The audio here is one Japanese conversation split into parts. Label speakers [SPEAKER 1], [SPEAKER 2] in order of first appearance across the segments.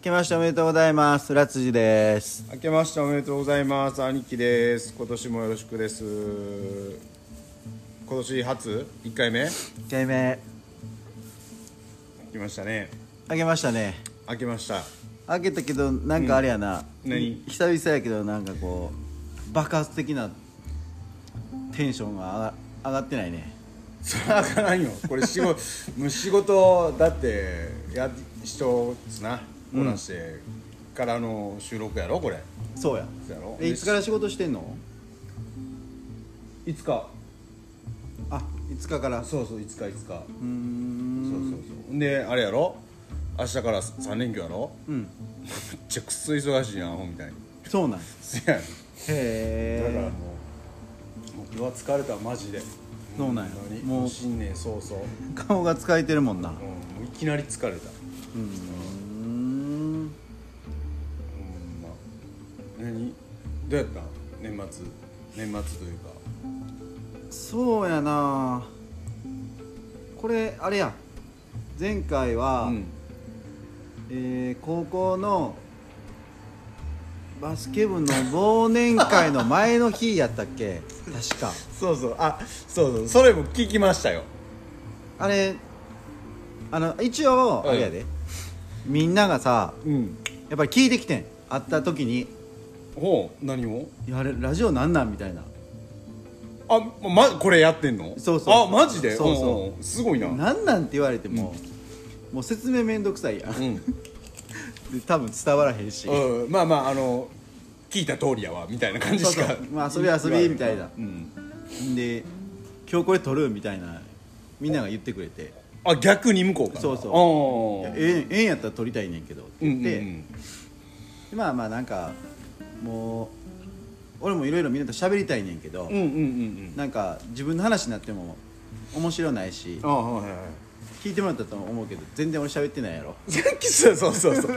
[SPEAKER 1] けましておめでとうございますラツジです
[SPEAKER 2] 明けましておめでとうございます兄貴です今年もよろしくです今年初1回目
[SPEAKER 1] 1回目
[SPEAKER 2] 来ましたね
[SPEAKER 1] あけましたね
[SPEAKER 2] 明けました
[SPEAKER 1] あけたけどなんかあれやな、
[SPEAKER 2] うん何
[SPEAKER 1] 久々やけどなんかこう爆発的なテンションが上が上がってないね
[SPEAKER 2] それはあかんよこれ 仕事もう仕事だってや人つなこなしてからの収録やろこれ
[SPEAKER 1] そうや
[SPEAKER 2] そうやろ
[SPEAKER 1] えいつから仕事してんの
[SPEAKER 2] いつか
[SPEAKER 1] あ5日から
[SPEAKER 2] そうそういつかいつか
[SPEAKER 1] うーん
[SPEAKER 2] そうそうそうであれやろ明日から3連休やろ
[SPEAKER 1] うん
[SPEAKER 2] めっちゃくっそ忙しいなアホみたいに
[SPEAKER 1] そうなんへ
[SPEAKER 2] せやねんだからも
[SPEAKER 1] え
[SPEAKER 2] う僕は疲れたマジで
[SPEAKER 1] そうなんや
[SPEAKER 2] 本当に
[SPEAKER 1] もう
[SPEAKER 2] 新年早々、
[SPEAKER 1] 顔が疲れてるもんな
[SPEAKER 2] うん、もういきなり疲れた
[SPEAKER 1] うーん
[SPEAKER 2] うんまあ何どうやった年末年末というか
[SPEAKER 1] そうやなこれあれや前回は、
[SPEAKER 2] うん
[SPEAKER 1] えー高校のバスケ部の忘年会の前の日やったっ け確か
[SPEAKER 2] そうそうあそうそうそれも聞きましたよ
[SPEAKER 1] あれあの一応
[SPEAKER 2] はい
[SPEAKER 1] あれやで、みんながさ
[SPEAKER 2] うん
[SPEAKER 1] やっぱり聞いてきてん会った時に
[SPEAKER 2] ほう何を
[SPEAKER 1] 「いやあれラジオなんなん?」みたいな
[SPEAKER 2] あまこれやってんの
[SPEAKER 1] そうそう
[SPEAKER 2] あマジで
[SPEAKER 1] そうそう
[SPEAKER 2] うんうんすごいな
[SPEAKER 1] 「なんなん?」って言われても、もう説明めんどくさいやん
[SPEAKER 2] う
[SPEAKER 1] で
[SPEAKER 2] ん
[SPEAKER 1] 多分伝わらへんし、
[SPEAKER 2] うん、まあまああの聞いた通りやわみたいな感じし
[SPEAKER 1] そ
[SPEAKER 2] か
[SPEAKER 1] うそうまあ遊び遊びみたいな
[SPEAKER 2] うん、
[SPEAKER 1] で「今日これ撮る?」みたいなみんなが言ってくれて
[SPEAKER 2] あ逆に向こうか
[SPEAKER 1] そうそう「
[SPEAKER 2] そ
[SPEAKER 1] いやええええんやったら撮りたいねんけど」って
[SPEAKER 2] うん
[SPEAKER 1] 言っ
[SPEAKER 2] う
[SPEAKER 1] て、
[SPEAKER 2] んうん
[SPEAKER 1] でまあまあなんかもう俺もいろいろみんなと喋りたいねんけど、
[SPEAKER 2] うんうんうん
[SPEAKER 1] なんか自分の話になっても面白ないし
[SPEAKER 2] ああはいはい
[SPEAKER 1] 聞いてもらったと思うけど全然俺喋ってないやろ
[SPEAKER 2] さっきそうそうそうそう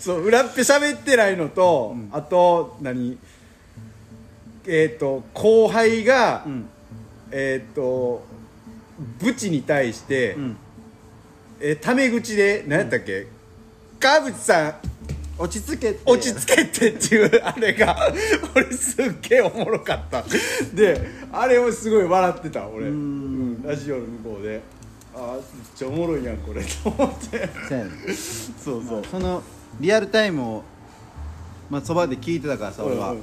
[SPEAKER 2] そう裏っぺ喋ってないのと、あと何えっ、と後輩が、
[SPEAKER 1] ん
[SPEAKER 2] えっ、とブチに対して、
[SPEAKER 1] ん
[SPEAKER 2] えータメ口で何やったっけ、川口さん
[SPEAKER 1] 落ち着けて
[SPEAKER 2] 落ち着けてっていうあれが 俺すっげえおもろかったであれをすごい笑ってた俺うんラジオの向こうでああめっちゃおもろいやんこれ と思って
[SPEAKER 1] そうやねん
[SPEAKER 2] そうそう
[SPEAKER 1] そのリアルタイムをまあそばで聞いてたからさ俺は
[SPEAKER 2] うんうん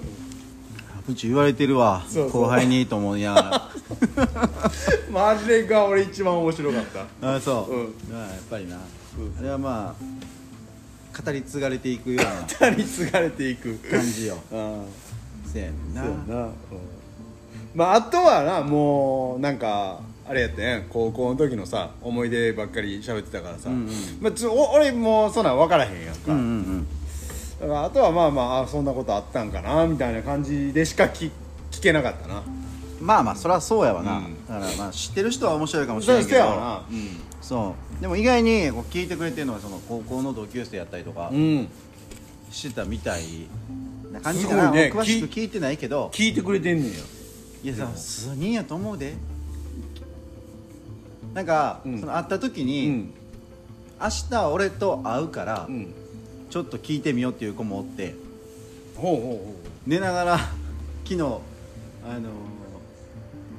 [SPEAKER 1] 「プチ言われてるわ
[SPEAKER 2] そうそう
[SPEAKER 1] 後輩に」と思いながら
[SPEAKER 2] まああれが俺一番面白かった
[SPEAKER 1] あそう、
[SPEAKER 2] うん
[SPEAKER 1] まあやっぱりな
[SPEAKER 2] そう
[SPEAKER 1] あれはまあ語り継がれていくような
[SPEAKER 2] 二人継がれていく
[SPEAKER 1] 感じよ
[SPEAKER 2] あ
[SPEAKER 1] せやねんな
[SPEAKER 2] あそうやな、うんまああとはなもうなんかあれやったね高校の時のさ思い出ばっかり喋ってたからさ、
[SPEAKER 1] うんうん
[SPEAKER 2] まあ、ちょお俺もうそんなん分からへんやんか、
[SPEAKER 1] うんうんうん
[SPEAKER 2] だからあとはまあまああそんなことあったんかなみたいな感じでしか聞聞けなかったな
[SPEAKER 1] まあまあそりゃそうやわな、
[SPEAKER 2] うん
[SPEAKER 1] だからまあ知ってる人は面白いかもし
[SPEAKER 2] そ
[SPEAKER 1] れ
[SPEAKER 2] う
[SPEAKER 1] ない
[SPEAKER 2] し
[SPEAKER 1] け
[SPEAKER 2] て
[SPEAKER 1] ど
[SPEAKER 2] やわ
[SPEAKER 1] そうでも意外にこう聞いてくれてるのがその高校の同級生やったりとか
[SPEAKER 2] なうん
[SPEAKER 1] してたみたいな感じかな、
[SPEAKER 2] すごいね
[SPEAKER 1] 詳しく聞いてないけど
[SPEAKER 2] 聞いてくれてんねんや
[SPEAKER 1] いやさ数人やと思うでなんか、
[SPEAKER 2] うん
[SPEAKER 1] その会った時
[SPEAKER 2] う
[SPEAKER 1] に、
[SPEAKER 2] ん
[SPEAKER 1] 明日俺と会うから、
[SPEAKER 2] うん
[SPEAKER 1] ちょっと聞いてみようっていう子もおって
[SPEAKER 2] ほうほ
[SPEAKER 1] 寝ながら昨日あのー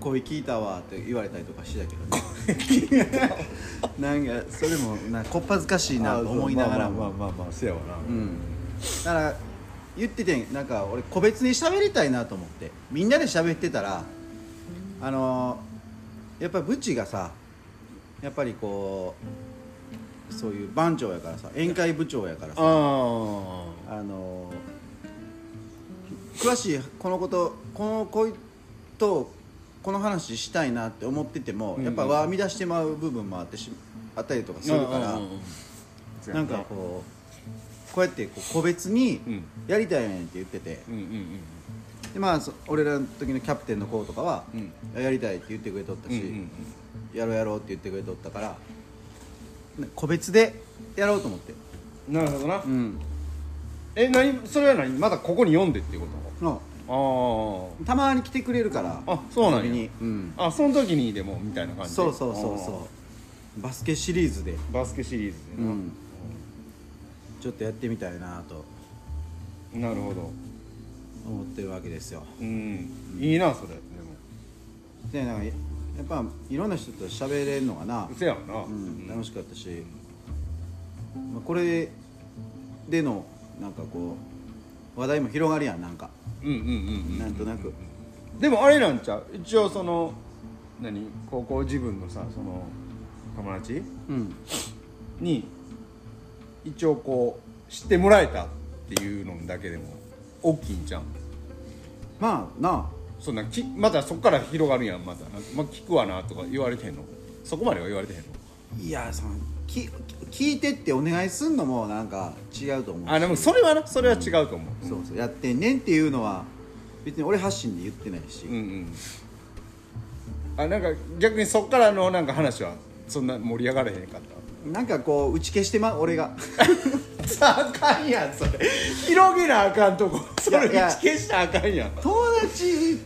[SPEAKER 1] 声聞いたわって言われたりとかしてたけどね
[SPEAKER 2] う ほう
[SPEAKER 1] なんかそれもなんかこっぱずかしいなと思いながら
[SPEAKER 2] まあ
[SPEAKER 1] も
[SPEAKER 2] まあまあまあまあせやわな、
[SPEAKER 1] うんだから言っててんなんか俺個別に喋りたいなと思ってみんなで喋ってたらあのーやっぱりブチがさやっぱりこうそういう番長やからさ宴会部長やからさ
[SPEAKER 2] あ
[SPEAKER 1] あのー詳しいこのことこの恋とこの話したいなって思ってても、
[SPEAKER 2] うんうん
[SPEAKER 1] やっぱわみ出してまう部分もあってしあったりとか
[SPEAKER 2] あ
[SPEAKER 1] するから、なんかこうこうやってこう個別に
[SPEAKER 2] うん
[SPEAKER 1] やりたいねんって言ってて、
[SPEAKER 2] うんうん
[SPEAKER 1] でまあそ俺らの時のキャプテンの子とかは、
[SPEAKER 2] うん
[SPEAKER 1] やりたいって言ってくれとった
[SPEAKER 2] うんう
[SPEAKER 1] し、
[SPEAKER 2] んうん
[SPEAKER 1] やろうやろうって言ってくれとったからね個別でやろうと思って
[SPEAKER 2] なるほどな、
[SPEAKER 1] うん
[SPEAKER 2] え何それは何まだここに読んでっていうこ
[SPEAKER 1] の
[SPEAKER 2] と
[SPEAKER 1] たまに来てくれるから
[SPEAKER 2] ああそうなん
[SPEAKER 1] 遊
[SPEAKER 2] や
[SPEAKER 1] びにうん
[SPEAKER 2] あその時にでもみたいな感じ
[SPEAKER 1] そうそうそうそうバスケシリーズで
[SPEAKER 2] うバスケシリーズでな、
[SPEAKER 1] うんちょっとやってみたいなと
[SPEAKER 2] なるほど
[SPEAKER 1] 思ってるわけですよ
[SPEAKER 2] うんいいなそれでも
[SPEAKER 1] でなんかやっぱいろんな人と喋れるのがな、
[SPEAKER 2] せやろな、
[SPEAKER 1] うん、楽しかったし、まあ、これでのなんかこう話題も広がるやんなんか
[SPEAKER 2] うんうんうん
[SPEAKER 1] なんとなく
[SPEAKER 2] うんでもあれなんちゃう一応その何高校自分のさその友達
[SPEAKER 1] うん
[SPEAKER 2] に一応こう知ってもらえたっていうのだけでも大きいんじゃん
[SPEAKER 1] まあなあ
[SPEAKER 2] そんなきまたそこから広がるやんまた、まあ、聞くわなとか言われてへんのそこまでは言われてへんの
[SPEAKER 1] いやそのき聞いてってお願いすんのもなんか違うと思うし
[SPEAKER 2] あでもそれはなそれは違うと思う、
[SPEAKER 1] そうそうやってんねんっていうのは別に俺発信で言ってないし、
[SPEAKER 2] うんうんあなんか逆にそっからのなんか話はそんな盛り上がれへんかった
[SPEAKER 1] なんかこう打ち消してま俺が
[SPEAKER 2] あかんやんそれ広げなあかんとこ それ
[SPEAKER 1] いやいや
[SPEAKER 2] 打ち消したらあかんやん
[SPEAKER 1] 友達っ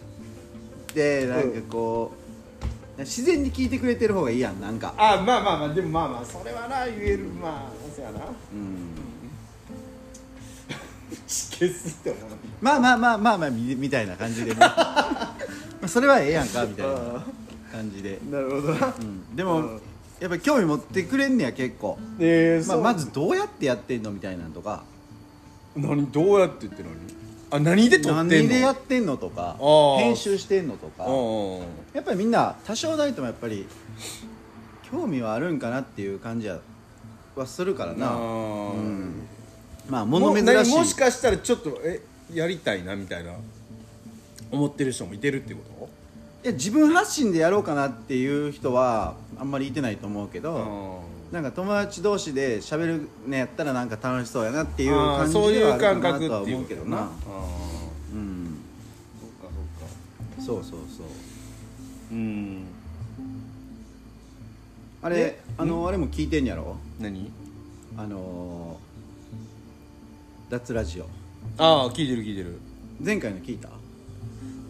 [SPEAKER 1] てなんかこう、自然に聞いてくれてる方がいいやんなんか
[SPEAKER 2] あまあまあまあでもまあまあそれはな言えるまあそうやな
[SPEAKER 1] うん
[SPEAKER 2] 打ち消すって思う
[SPEAKER 1] まあまあまあまあまあみみたいな感じでね まあそれはええやんかみたいな感じで、
[SPEAKER 2] なるほどな
[SPEAKER 1] うん、で
[SPEAKER 2] うん
[SPEAKER 1] もやっぱ興味持ってくれんねや結構、
[SPEAKER 2] えー
[SPEAKER 1] まあ、
[SPEAKER 2] そう
[SPEAKER 1] まずどうやってやってんのみたいなんとか
[SPEAKER 2] 何どうやってって何あ何で撮ってんの
[SPEAKER 1] 何でやってんのとか
[SPEAKER 2] あー
[SPEAKER 1] 編集してんのとか
[SPEAKER 2] うんうん
[SPEAKER 1] やっぱりみんな多少ないともやっぱり興味はあるんかなっていう感じははするから
[SPEAKER 2] うんあ
[SPEAKER 1] な
[SPEAKER 2] ー
[SPEAKER 1] うんまあ
[SPEAKER 2] も
[SPEAKER 1] 物珍
[SPEAKER 2] 何
[SPEAKER 1] しい
[SPEAKER 2] もしかしたらちょっとえやりたいなみたいな思ってる人もいてるってこ
[SPEAKER 1] いや自分発信でやろうかなっていう人はあんまりいてないと思うけ
[SPEAKER 2] と
[SPEAKER 1] どなんか友達同士で喋るのやったらなんか楽しそうやなっていう
[SPEAKER 2] あー
[SPEAKER 1] 感じ
[SPEAKER 2] そう
[SPEAKER 1] で
[SPEAKER 2] い
[SPEAKER 1] は
[SPEAKER 2] う
[SPEAKER 1] あるか
[SPEAKER 2] 感
[SPEAKER 1] な
[SPEAKER 2] 覚
[SPEAKER 1] とは
[SPEAKER 2] ってい
[SPEAKER 1] 思う
[SPEAKER 2] うこ
[SPEAKER 1] け
[SPEAKER 2] と
[SPEAKER 1] ど
[SPEAKER 2] なあ
[SPEAKER 1] な
[SPEAKER 2] ー
[SPEAKER 1] うん
[SPEAKER 2] そっかそっか
[SPEAKER 1] そうそうそう
[SPEAKER 2] うん
[SPEAKER 1] あれ
[SPEAKER 2] え
[SPEAKER 1] あのあれも聞いてんやろ
[SPEAKER 2] 何
[SPEAKER 1] あのー脱ラジオ
[SPEAKER 2] ああ聞いてる聞いてる
[SPEAKER 1] 前回の聞いた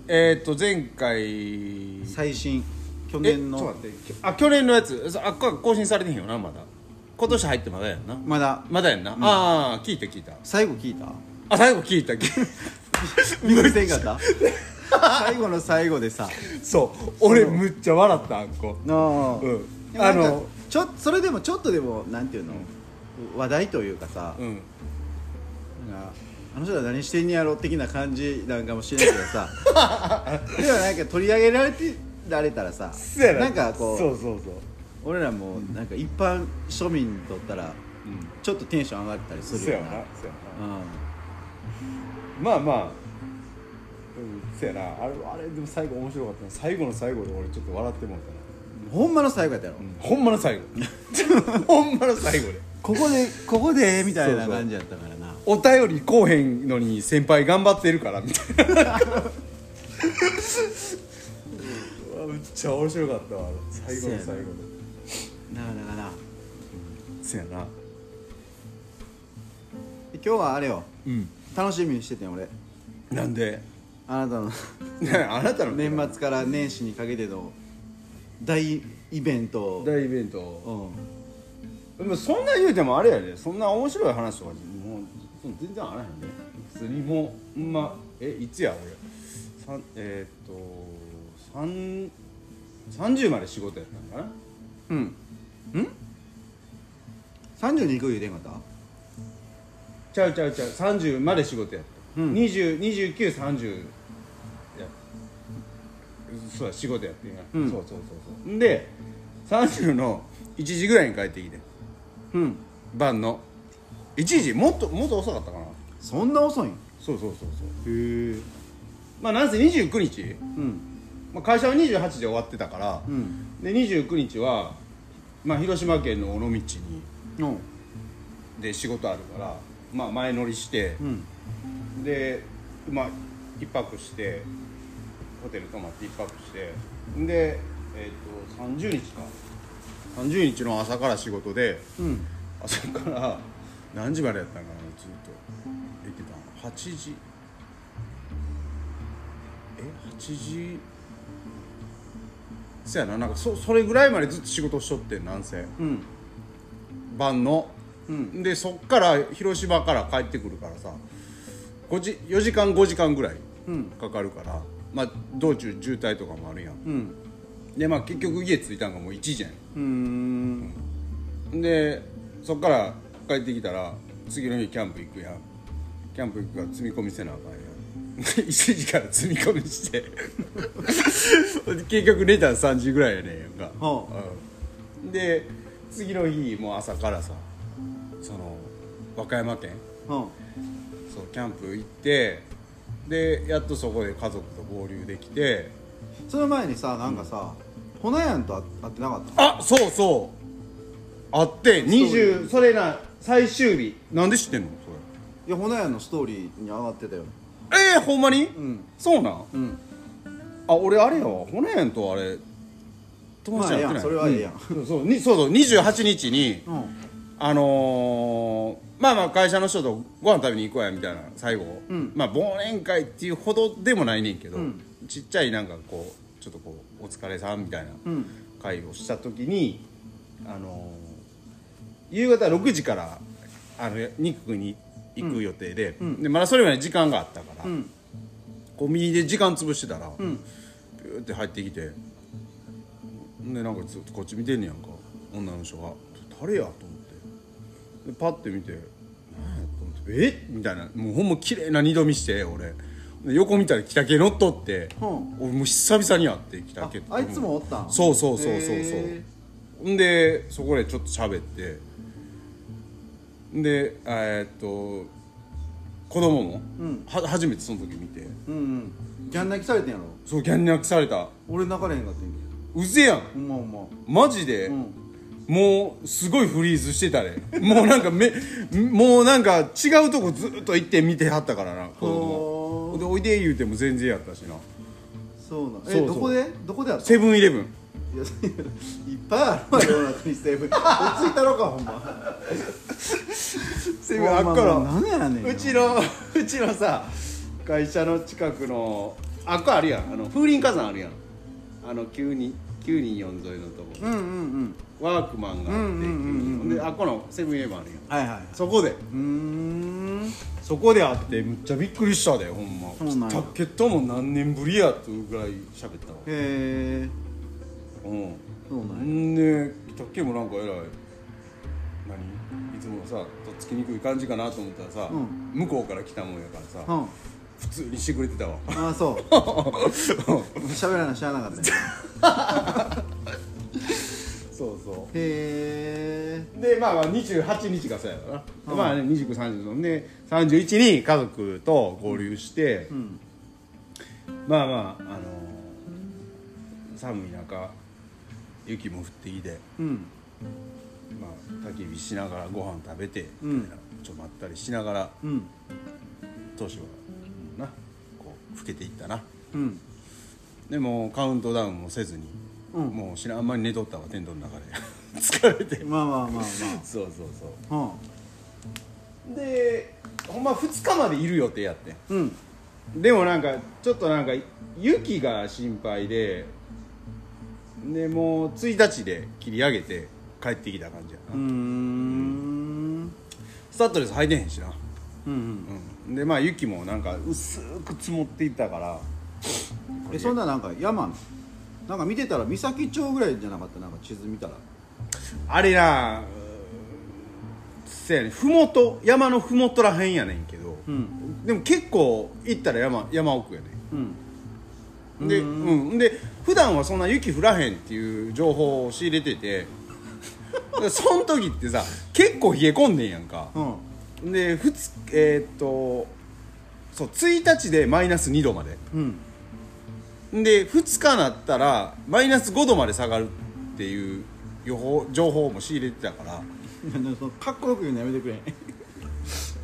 [SPEAKER 2] えっ、ー、と前回
[SPEAKER 1] 最新去年
[SPEAKER 2] えちょっ
[SPEAKER 1] の
[SPEAKER 2] と待ってあ去年のやつあっ更新されてへんよなまだ今年入ってまだやんな
[SPEAKER 1] まだ
[SPEAKER 2] まだやんな、ああ聞いた聞いた
[SPEAKER 1] 最後聞いた
[SPEAKER 2] あ最後聞いた聞い
[SPEAKER 1] 見ませんかった最後の最後で さ
[SPEAKER 2] た そう俺むっちゃ笑ったあんこ
[SPEAKER 1] の
[SPEAKER 2] うん
[SPEAKER 1] あ
[SPEAKER 2] あ
[SPEAKER 1] の
[SPEAKER 2] の
[SPEAKER 1] ちょそれでもちょっとでもなんていうの、話題というかさ、
[SPEAKER 2] うん
[SPEAKER 1] なんかあの人は何してんねやろ的な感じなんかもしれないけど さでもなんか取り上げられてられたらさ
[SPEAKER 2] そや
[SPEAKER 1] なんかこう
[SPEAKER 2] そうそうそう
[SPEAKER 1] 俺らもなんか一般庶民にとったら
[SPEAKER 2] うん
[SPEAKER 1] ちょっとテンション上がったりす
[SPEAKER 2] そ
[SPEAKER 1] る
[SPEAKER 2] や
[SPEAKER 1] よ
[SPEAKER 2] な
[SPEAKER 1] な
[SPEAKER 2] そやな
[SPEAKER 1] うん
[SPEAKER 2] まあまあうんそやなあれあれでも最後面白かったな最後の最後で俺ちょっと笑ってもうたな、
[SPEAKER 1] ほんまの最後やったやろ、
[SPEAKER 2] うん、ほんまの最後 ほんまの最後で
[SPEAKER 1] ここでここでみたいな感じやったからな
[SPEAKER 2] お便りこうへんのに先輩頑張ってるからみたいな うわめっちゃ面白かったわ最後の最後で
[SPEAKER 1] なかなかな
[SPEAKER 2] そやな
[SPEAKER 1] で今日はあれよ
[SPEAKER 2] うん
[SPEAKER 1] 楽しみにしててん俺
[SPEAKER 2] なんで
[SPEAKER 1] あなたの
[SPEAKER 2] あなたの
[SPEAKER 1] 年末から年始にかけての大イベントを
[SPEAKER 2] 大イベン
[SPEAKER 1] う
[SPEAKER 2] ト
[SPEAKER 1] ん
[SPEAKER 2] でもそんな言うてもあれやでそんな面白い話とかもう全然あらへんね普通にもうほんまえいつや俺さんえー、っと3 30まで仕事やったんかな
[SPEAKER 1] うんうん30に行く言うてんかった
[SPEAKER 2] ちゃうちゃうちゃう30まで仕事やった、
[SPEAKER 1] うん
[SPEAKER 2] 20 2930やそうだ仕事やってんや、
[SPEAKER 1] うん
[SPEAKER 2] そうそうそうそうんで30の1時ぐらいに帰ってきて
[SPEAKER 1] うん
[SPEAKER 2] 晩の1時もっともっと遅かったかな
[SPEAKER 1] そんな遅いんへ
[SPEAKER 2] そうそうそうそう
[SPEAKER 1] え
[SPEAKER 2] まあなんせ29日、
[SPEAKER 1] うん
[SPEAKER 2] まあ、会社は28で終わってたから、
[SPEAKER 1] うん
[SPEAKER 2] で29日は、まあ、広島県の尾道に
[SPEAKER 1] うん
[SPEAKER 2] で仕事あるから、まあ、前乗りして、
[SPEAKER 1] うん
[SPEAKER 2] でまあ一泊してホテル泊まって一泊してでえっ、と30日か30日の朝から仕事で
[SPEAKER 1] うん
[SPEAKER 2] 朝から何時までやったんかなずっと行ってたん8時え8時そやななんかそそれぐらいまでずっと仕事しとってんなんせ
[SPEAKER 1] うん
[SPEAKER 2] 晩の
[SPEAKER 1] うん
[SPEAKER 2] でそっから広島から帰ってくるからさ5時4時間5時間ぐらい
[SPEAKER 1] うん
[SPEAKER 2] かかるから、まあ道中渋滞とかもあるやん
[SPEAKER 1] うん
[SPEAKER 2] でまあ結局家着いたんがもう1時やん
[SPEAKER 1] うーん
[SPEAKER 2] でそっから帰ってきたら次の日キャンプ行くやんキャンプ行くから積み込みせなあかんやん 1時から積み込みして 結局寝たら3時ぐらいやねんやんか、
[SPEAKER 1] は
[SPEAKER 2] うんで次の日もう朝からさその和歌山県
[SPEAKER 1] うん
[SPEAKER 2] そうキャンプ行ってでやっとそこで家族と合流できて
[SPEAKER 1] その前にさなんかさ、ホナヤンと会ってなかった
[SPEAKER 2] あそうそうあって20それな最終日なんで知ってんのそれ
[SPEAKER 1] いやホナヤンのストーリーに上がってたよ
[SPEAKER 2] えー、ほんまに、
[SPEAKER 1] ん
[SPEAKER 2] そうなん
[SPEAKER 1] うん
[SPEAKER 2] あ俺あれよ骨やんとあれ友達やって
[SPEAKER 1] まあええや
[SPEAKER 2] なんい
[SPEAKER 1] それはええやん
[SPEAKER 2] うんそうにそうそう28日に
[SPEAKER 1] うん
[SPEAKER 2] あのー、まあまあ会社の人とご飯食べに行こうやみたいな最後、
[SPEAKER 1] うん
[SPEAKER 2] まあ忘年会っていうほどでもないねんけど、
[SPEAKER 1] うん
[SPEAKER 2] ちっちゃいなんかこうちょっとこうお疲れさんみたいな
[SPEAKER 1] うん
[SPEAKER 2] 会をした時にあのー夕方6時からあの肉食いに行く予定で,、
[SPEAKER 1] うん
[SPEAKER 2] でまだそれまで時間があったから、
[SPEAKER 1] うん
[SPEAKER 2] コンビニで時間潰してたら、
[SPEAKER 1] うん
[SPEAKER 2] ピューって入ってきてでなんかずっとこっち見てんねやんか女の人が「誰や?」と思ってでパッて見て「何や?」と思って「えみたいなもうほんま綺麗な二度見して俺で横見たら着丈乗っとって、
[SPEAKER 1] うん
[SPEAKER 2] 俺もう久々に会って着
[SPEAKER 1] あ
[SPEAKER 2] 丈
[SPEAKER 1] あいつもおったん
[SPEAKER 2] そうそうそうそうそう
[SPEAKER 1] へ
[SPEAKER 2] んでそこでちょっと喋ってんでえーっと子供も、
[SPEAKER 1] うん
[SPEAKER 2] は初めてその時見て
[SPEAKER 1] ーうんうんギャン泣きされてんやろ
[SPEAKER 2] そうギャン泣きされた
[SPEAKER 1] 俺泣かれへんかったんやけ
[SPEAKER 2] うぜやん
[SPEAKER 1] どほんまほんま
[SPEAKER 2] マジで、
[SPEAKER 1] うん
[SPEAKER 2] もうすごいフリーズしてたねもうなんかめもうなんか違うとこずっと行って見てはったからな子供
[SPEAKER 1] ほー
[SPEAKER 2] でおいで言うても全然やったしな
[SPEAKER 1] そうなん
[SPEAKER 2] そう
[SPEAKER 1] え
[SPEAKER 2] そう
[SPEAKER 1] どこでどこであったい
[SPEAKER 2] セブンイレブン
[SPEAKER 1] やいっぱいあるわ世の中に セブン落ち着いたろかほんま
[SPEAKER 2] セブンあっから
[SPEAKER 1] ほんまもう何やねん
[SPEAKER 2] うちのうちのさ会社の近くのあっこあるやんあの風林火山あるやんあの9人9人4沿いのとこ、
[SPEAKER 1] うんうんうん
[SPEAKER 2] ワークマンがあって、
[SPEAKER 1] うんうんうんうん
[SPEAKER 2] であっこのセブンイレブンあるやん
[SPEAKER 1] はいはい
[SPEAKER 2] そこで
[SPEAKER 1] うーん
[SPEAKER 2] そこで会ってむっちゃびっくりしたでほんま
[SPEAKER 1] そうなんや
[SPEAKER 2] ケットも何年ぶりやっていうぐらい喋ったわ
[SPEAKER 1] へえ
[SPEAKER 2] うん
[SPEAKER 1] そうなんや
[SPEAKER 2] んでタッケもなんかえらい何いつものさとっつきにくい感じかなと思ったらさ、
[SPEAKER 1] うん
[SPEAKER 2] 向こうから来たもんやからさ、
[SPEAKER 1] うん
[SPEAKER 2] 普通にしてくれてたわ
[SPEAKER 1] ああそう 喋らなしゃあなかったね
[SPEAKER 2] そうそ
[SPEAKER 1] へえ
[SPEAKER 2] うでまあまあ28日がそうやからな、まあね2930のね31に家族と合流して、
[SPEAKER 1] うん
[SPEAKER 2] まあまああのー寒い中雪も降ってきて
[SPEAKER 1] うん
[SPEAKER 2] まあ、焚き火しながらご飯食べて、
[SPEAKER 1] うん
[SPEAKER 2] みたいなちょっとまったりしながら
[SPEAKER 1] うん
[SPEAKER 2] 当初はなこう老けていったな
[SPEAKER 1] うん
[SPEAKER 2] でもうカウントダウンもせずに、
[SPEAKER 1] うん
[SPEAKER 2] もう知らんあんまり寝とったわテントの中で 疲れて
[SPEAKER 1] まあまあまあ
[SPEAKER 2] そうそうそ
[SPEAKER 1] まあ
[SPEAKER 2] うでほんま2日までいる予定やってん
[SPEAKER 1] うんうん
[SPEAKER 2] でもなんかちょっとなんか雪が心配ででもう1日で切り上げて帰ってきた感じやな、
[SPEAKER 1] うーん
[SPEAKER 2] スタッドレス履いてへんしな
[SPEAKER 1] うん
[SPEAKER 2] うん、でまあ雪もなんか薄く積もっていったから
[SPEAKER 1] うんえそんななんか山のなんか見てたら岬町ぐらいじゃなかったなんか地図見たら
[SPEAKER 2] あれなうーんせやねふもと山のふもとらへんやねんけど、
[SPEAKER 1] ん
[SPEAKER 2] でも結構行ったら山山奥やね
[SPEAKER 1] うん
[SPEAKER 2] んでうん、で普段はそんな雪降らへんっていう情報を仕入れて てその時ってさ結構冷え込んでんやんか、
[SPEAKER 1] うん
[SPEAKER 2] でふつえーっとそう1日でマイナス2度まで
[SPEAKER 1] うん
[SPEAKER 2] で2日なったらマイナス5度まで下がるっていう予報情報も仕入れてたから
[SPEAKER 1] い やそのかっこよく言うのやめてくれ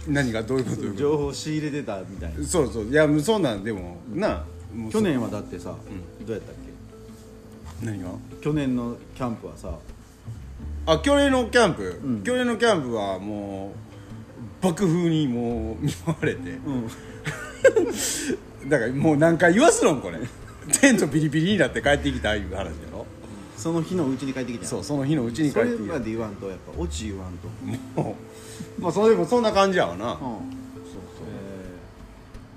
[SPEAKER 2] 何がどういうことどういうこ
[SPEAKER 1] 情報仕入れてたみたいな
[SPEAKER 2] とそうそういやそんなんでもなもうそ
[SPEAKER 1] 去年はだってさどうやったっ
[SPEAKER 2] 何が
[SPEAKER 1] け去年のキャンプはさ
[SPEAKER 2] あ去年のキャンプ、
[SPEAKER 1] うん
[SPEAKER 2] 去年のキャンプはもう爆風にもう見舞われて
[SPEAKER 1] うん
[SPEAKER 2] だからもう何回言わすのんこれテントビリビリになって帰ってきたいう話やろ
[SPEAKER 1] その日のうちに帰ってきた
[SPEAKER 2] そううその日のうちに
[SPEAKER 1] そ
[SPEAKER 2] 帰っ
[SPEAKER 1] れ
[SPEAKER 2] てき
[SPEAKER 1] ま
[SPEAKER 2] て
[SPEAKER 1] で言わんとやっぱオチ言わんと
[SPEAKER 2] もうまあそれでもそんな感じやわな、
[SPEAKER 1] うんそうそう、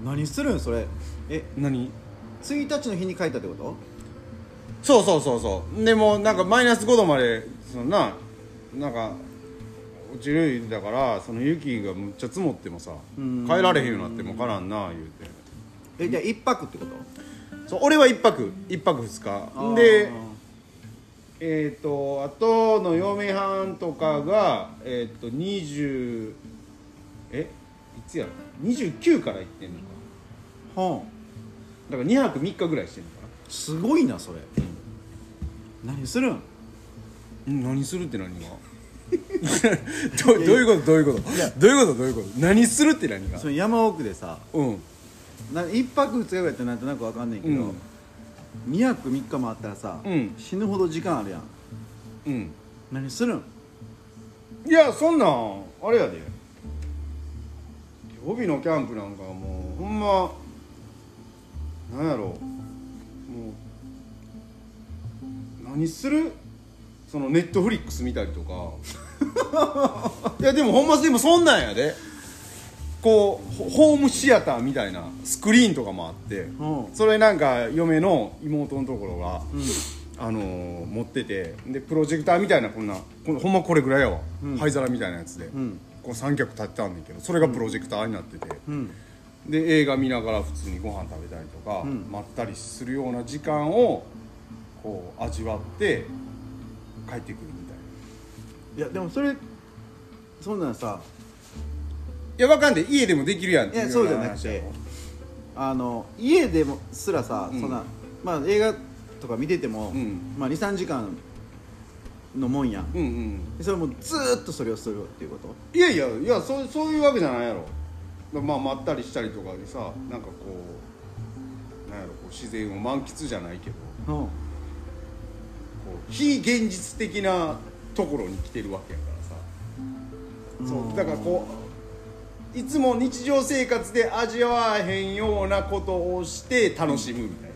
[SPEAKER 1] えー何するんそれえ
[SPEAKER 2] 何
[SPEAKER 1] 1日の日に書いたってこと
[SPEAKER 2] そうそうそうそうでもなんかマイナス5度までそのななんか落ちるんだからその雪がむっちゃ積もってもさ
[SPEAKER 1] うん
[SPEAKER 2] 帰られへんようになってもからんな言うて
[SPEAKER 1] えじゃあ1泊ってこと
[SPEAKER 2] そう俺は1泊1泊2日
[SPEAKER 1] あ
[SPEAKER 2] で
[SPEAKER 1] ー
[SPEAKER 2] えっ、とあとの嫁はんとかがえっ、と20えいつやろ29から行ってんのか
[SPEAKER 1] は
[SPEAKER 2] だから2泊3日ぐらいしてんのかな
[SPEAKER 1] あすごいなそれ、何するん
[SPEAKER 2] ん何するって何が どどういうことどういうことどういうことどういうこと何するって何が
[SPEAKER 1] その山奥でさ
[SPEAKER 2] うん
[SPEAKER 1] な1泊2日ぐらいってなんとなくわかんないけど、
[SPEAKER 2] うん
[SPEAKER 1] 2泊3日もあったらさ、
[SPEAKER 2] うん
[SPEAKER 1] 死ぬほど時間あるやん
[SPEAKER 2] うん
[SPEAKER 1] 何するん
[SPEAKER 2] いやそんなんあれやで帯のキャンプなんかもうほんまなんやろもう何するそのネットフリックス見たりとか いやでもほんまでもそんなんやでこうホホームシアターみたいなスクリーンとかもあって
[SPEAKER 1] うん
[SPEAKER 2] それなんか嫁の妹のところが、
[SPEAKER 1] ん
[SPEAKER 2] あのー持っててでプロジェクターみたいなこんなこのほんまこれぐらいやわ、
[SPEAKER 1] うん
[SPEAKER 2] 灰皿みたいなやつで、
[SPEAKER 1] ん
[SPEAKER 2] こう三脚立ってたんだけどそれがプロジェクターになってて、
[SPEAKER 1] うん
[SPEAKER 2] で映画見ながら普通にご飯食べたりとか、
[SPEAKER 1] うん
[SPEAKER 2] まったりするような時間をこう味わって帰ってくるみたいない
[SPEAKER 1] やでもそれそんなんさ
[SPEAKER 2] いやわかんない家でもできるやんって
[SPEAKER 1] いや
[SPEAKER 2] う
[SPEAKER 1] そうじゃなくて
[SPEAKER 2] よう話やろ
[SPEAKER 1] あの家でもすらさ、
[SPEAKER 2] うん
[SPEAKER 1] そんなまあ映画とか見てても、
[SPEAKER 2] うん
[SPEAKER 1] まあ23時間のもんやん
[SPEAKER 2] うんうん
[SPEAKER 1] でそれもずーっとそれをするっていうこと
[SPEAKER 2] いやいやいやそうそういうわけじゃないやろだまあまったりしたりとかでさなんかこうなんやろこう自然を満喫じゃないけど
[SPEAKER 1] うん
[SPEAKER 2] こう非現実的なところに来てるわけやからさそうだからこういつも日常生活で味わわへんようなことをして楽しむみたい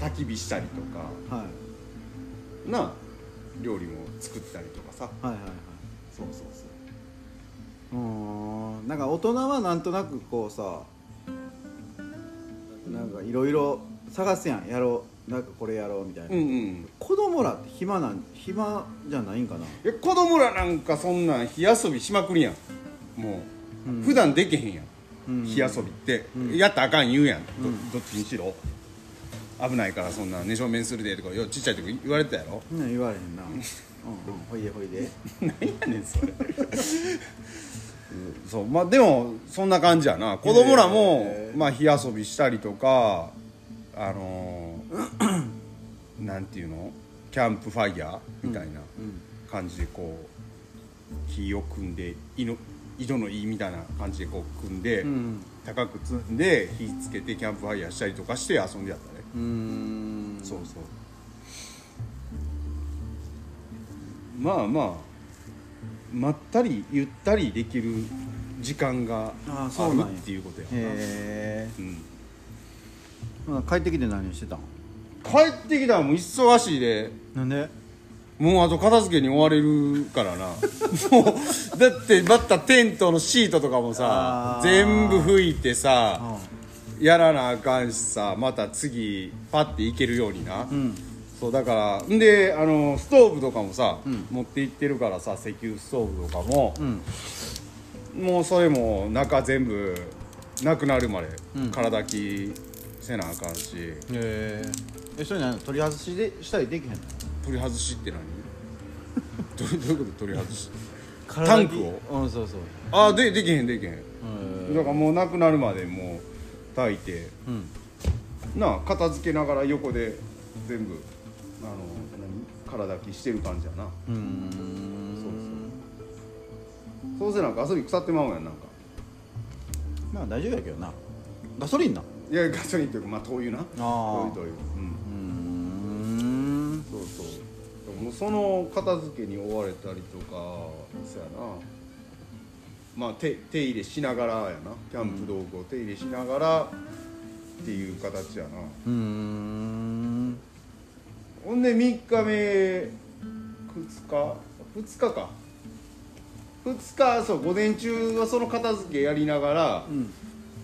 [SPEAKER 2] な焚き火したりとか
[SPEAKER 1] はい
[SPEAKER 2] なあ料理も作ったりとかさ
[SPEAKER 1] はいはいはい
[SPEAKER 2] そうそうそう
[SPEAKER 1] うーんなんか大人はなんとなくこうさなんかいろいろ探すやんやろうなんかこれやろうみたいな、
[SPEAKER 2] うんうん
[SPEAKER 1] 子供らって暇なん暇じゃないんかない
[SPEAKER 2] や子供らなんかそんなん火遊びしまくりやんもう、
[SPEAKER 1] うん
[SPEAKER 2] 普段できへんやん、
[SPEAKER 1] うん
[SPEAKER 2] 火遊びって、
[SPEAKER 1] うん
[SPEAKER 2] やったらあかん言うやん、
[SPEAKER 1] う
[SPEAKER 2] ど
[SPEAKER 1] ん
[SPEAKER 2] どっちにしろ危ないからそんな寝正面するでとかようちっちゃい時言われてたやろ
[SPEAKER 1] そんなん言われへんなうん、うん、ほいでほいで
[SPEAKER 2] 何やねんそれうんそうまあでもそんな感じやな子供らも、
[SPEAKER 1] へー
[SPEAKER 2] まあ、火遊びしたりとかあのーなんていうのキャンプファイヤーみたいな、
[SPEAKER 1] うん
[SPEAKER 2] 感じでこう木を組んで井の井戸の井みたいな感じでこう組んで、
[SPEAKER 1] うん
[SPEAKER 2] 高く積んで火つけてキャンプファイヤーしたりとかして遊んでやったね、
[SPEAKER 1] うーん
[SPEAKER 2] そうそうまあまあまったりゆったりできる時間が
[SPEAKER 1] あ
[SPEAKER 2] あ
[SPEAKER 1] あそうなんや
[SPEAKER 2] るっていうことやな
[SPEAKER 1] へ
[SPEAKER 2] うん
[SPEAKER 1] え、まあ、帰ってきて何してたん
[SPEAKER 2] 帰ってきたらもう忙しいで
[SPEAKER 1] なんで
[SPEAKER 2] もうあと片付けに追われるか らなもうだってまたテントのシートとかもさ
[SPEAKER 1] あー
[SPEAKER 2] 全部拭いて
[SPEAKER 1] う
[SPEAKER 2] さやらなあかんしさまた次パッていけるようにな、
[SPEAKER 1] ん
[SPEAKER 2] そうだからんであのストーブとかもさ、
[SPEAKER 1] うん
[SPEAKER 2] 持って行ってるからさ石油ストーブとかも
[SPEAKER 1] う、ん
[SPEAKER 2] もうそれも中全部なくなるまで
[SPEAKER 1] うん
[SPEAKER 2] 体きせなあかんし、
[SPEAKER 1] へえそれ何取り外しでしたりできへんの
[SPEAKER 2] 取り外しって何 どうどういうこと取り外し
[SPEAKER 1] 体に
[SPEAKER 2] タン
[SPEAKER 1] をうんそうそう
[SPEAKER 2] あでできへんできへん
[SPEAKER 1] へ
[SPEAKER 2] だからもうなくなるまでもう炊いて
[SPEAKER 1] えうん
[SPEAKER 2] なあ片付けながら横で全部あの何体きしてる感じやな
[SPEAKER 1] うーん
[SPEAKER 2] そうせなんか遊び腐ってまうやんなんか
[SPEAKER 1] まあ大丈夫やけどなガソリンない
[SPEAKER 2] やガソリンというかまあ灯油な
[SPEAKER 1] あ
[SPEAKER 2] 灯
[SPEAKER 1] ー
[SPEAKER 2] 油灯油
[SPEAKER 1] うーん
[SPEAKER 2] うんそうそうでもその片付けに追われたりとかそうやなまあ手手入れしながらやなキャンプ道具を手入れしながらっていう形やな
[SPEAKER 1] うーん
[SPEAKER 2] で3日目2日2日か2日そう午前中はその片付けやりながら、
[SPEAKER 1] うん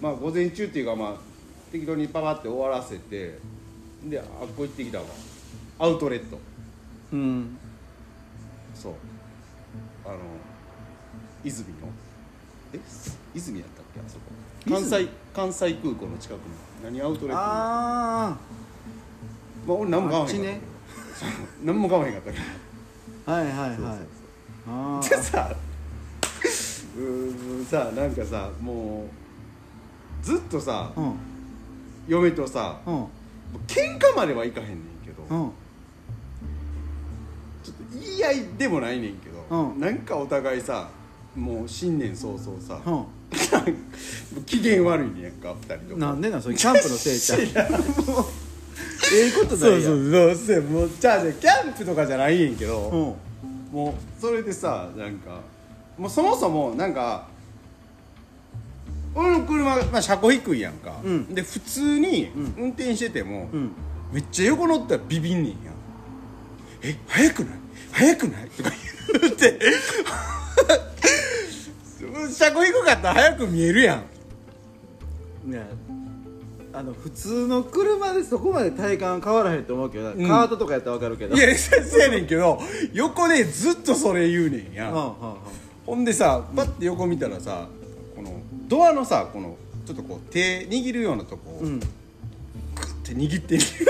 [SPEAKER 2] まあ午前中っていうかまあ適当にパパって終わらせてであっこ行ってきたわアウトレット
[SPEAKER 1] うん
[SPEAKER 2] そうあの泉のえ泉やったっけあそこ関西関西空港の近くの何アウトレットまあ
[SPEAKER 1] あ
[SPEAKER 2] 俺
[SPEAKER 1] あ
[SPEAKER 2] 何も買
[SPEAKER 1] あ
[SPEAKER 2] わ
[SPEAKER 1] っ
[SPEAKER 2] へ
[SPEAKER 1] ち
[SPEAKER 2] んかっ
[SPEAKER 1] ね
[SPEAKER 2] た何も買わへんかったから
[SPEAKER 1] はいはいはい
[SPEAKER 2] そうそうそう
[SPEAKER 1] あ
[SPEAKER 2] で
[SPEAKER 1] ー
[SPEAKER 2] さうーんさなんかさもうずっとさ
[SPEAKER 1] うん
[SPEAKER 2] 嫁とさ
[SPEAKER 1] うん
[SPEAKER 2] 喧嘩まではいかへんねんけど
[SPEAKER 1] うん
[SPEAKER 2] ちょっと言い合いでもないねんけど
[SPEAKER 1] うん
[SPEAKER 2] なんかお互いさもう新年早々さ
[SPEAKER 1] うん
[SPEAKER 2] なんか機嫌悪いねんやんか二人とも
[SPEAKER 1] なんでなんそれキャンプのせいちゃん
[SPEAKER 2] 知らんもう
[SPEAKER 1] ええことない
[SPEAKER 2] そ
[SPEAKER 1] や
[SPEAKER 2] うんそうそうそうもうじゃあねキャンプとかじゃないねんけど、
[SPEAKER 1] うん
[SPEAKER 2] もうそれでさなんかもうそもそもなんか俺の車、まあ、車高低いやんか、
[SPEAKER 1] うん
[SPEAKER 2] で普通に
[SPEAKER 1] ん
[SPEAKER 2] 運転してても、
[SPEAKER 1] うん
[SPEAKER 2] めっちゃ横乗ったらビビんねんやんえ早くない早くないとか言うて 車高低かったら早く見えるやん
[SPEAKER 1] ねあの普通の車でそこまで体感変わらへんと思うけど、
[SPEAKER 2] ん
[SPEAKER 1] カートとかやったらわかるけど
[SPEAKER 2] いや先生やねんけど横でずっとそれ言うねんや、
[SPEAKER 1] うんんうんうん
[SPEAKER 2] ほんでさパッて横見たらさこのドアのさこのちょっとこう手握るようなとこを
[SPEAKER 1] う
[SPEAKER 2] グ
[SPEAKER 1] ん
[SPEAKER 2] ッて握ってみる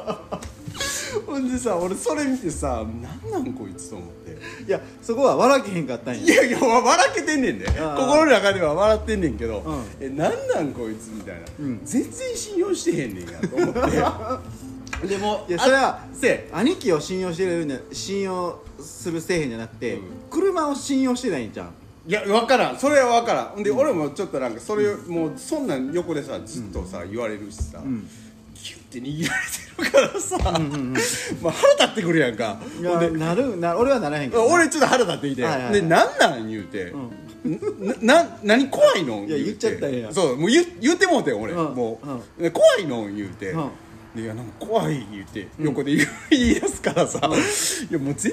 [SPEAKER 2] ほんでさ俺それ見てさなんなんこいつと思って
[SPEAKER 1] いやそこは笑けへんかったん
[SPEAKER 2] い
[SPEAKER 1] や
[SPEAKER 2] やいやわ笑けてんねんで
[SPEAKER 1] ああ
[SPEAKER 2] 心の中では笑ってんねんけど、
[SPEAKER 1] うん
[SPEAKER 2] えなんなんこいつみたいな、
[SPEAKER 1] うん
[SPEAKER 2] 全然信用してへんねんやと思って
[SPEAKER 1] でもいやそれは
[SPEAKER 2] せ
[SPEAKER 1] 兄貴を信用してるんじゃ信用するせえへんじゃなくて、
[SPEAKER 2] うん
[SPEAKER 1] 車を信用してないんじゃん
[SPEAKER 2] いや分からんそれは分からんほんで、俺もちょっとなんかそれ、もうそんなん横でさずっとさ、言われるしさ、
[SPEAKER 1] ん
[SPEAKER 2] キュッて握られてるからさ、 まあ、腹立ってくるやんか
[SPEAKER 1] い
[SPEAKER 2] ほん
[SPEAKER 1] や
[SPEAKER 2] で
[SPEAKER 1] なるな俺はならへんけど
[SPEAKER 2] 俺ちょっと腹立ってきて「
[SPEAKER 1] はいはいはい
[SPEAKER 2] でなんなん?」言うて「なな何怖いの?」
[SPEAKER 1] いや言っちゃったらええやん
[SPEAKER 2] そうもう言言ってもうてん俺、
[SPEAKER 1] うん
[SPEAKER 2] もう、怖いの?」言うて、
[SPEAKER 1] うん
[SPEAKER 2] でいやなんか怖い言うて横で言う 言い出すからさ、いやもう全然信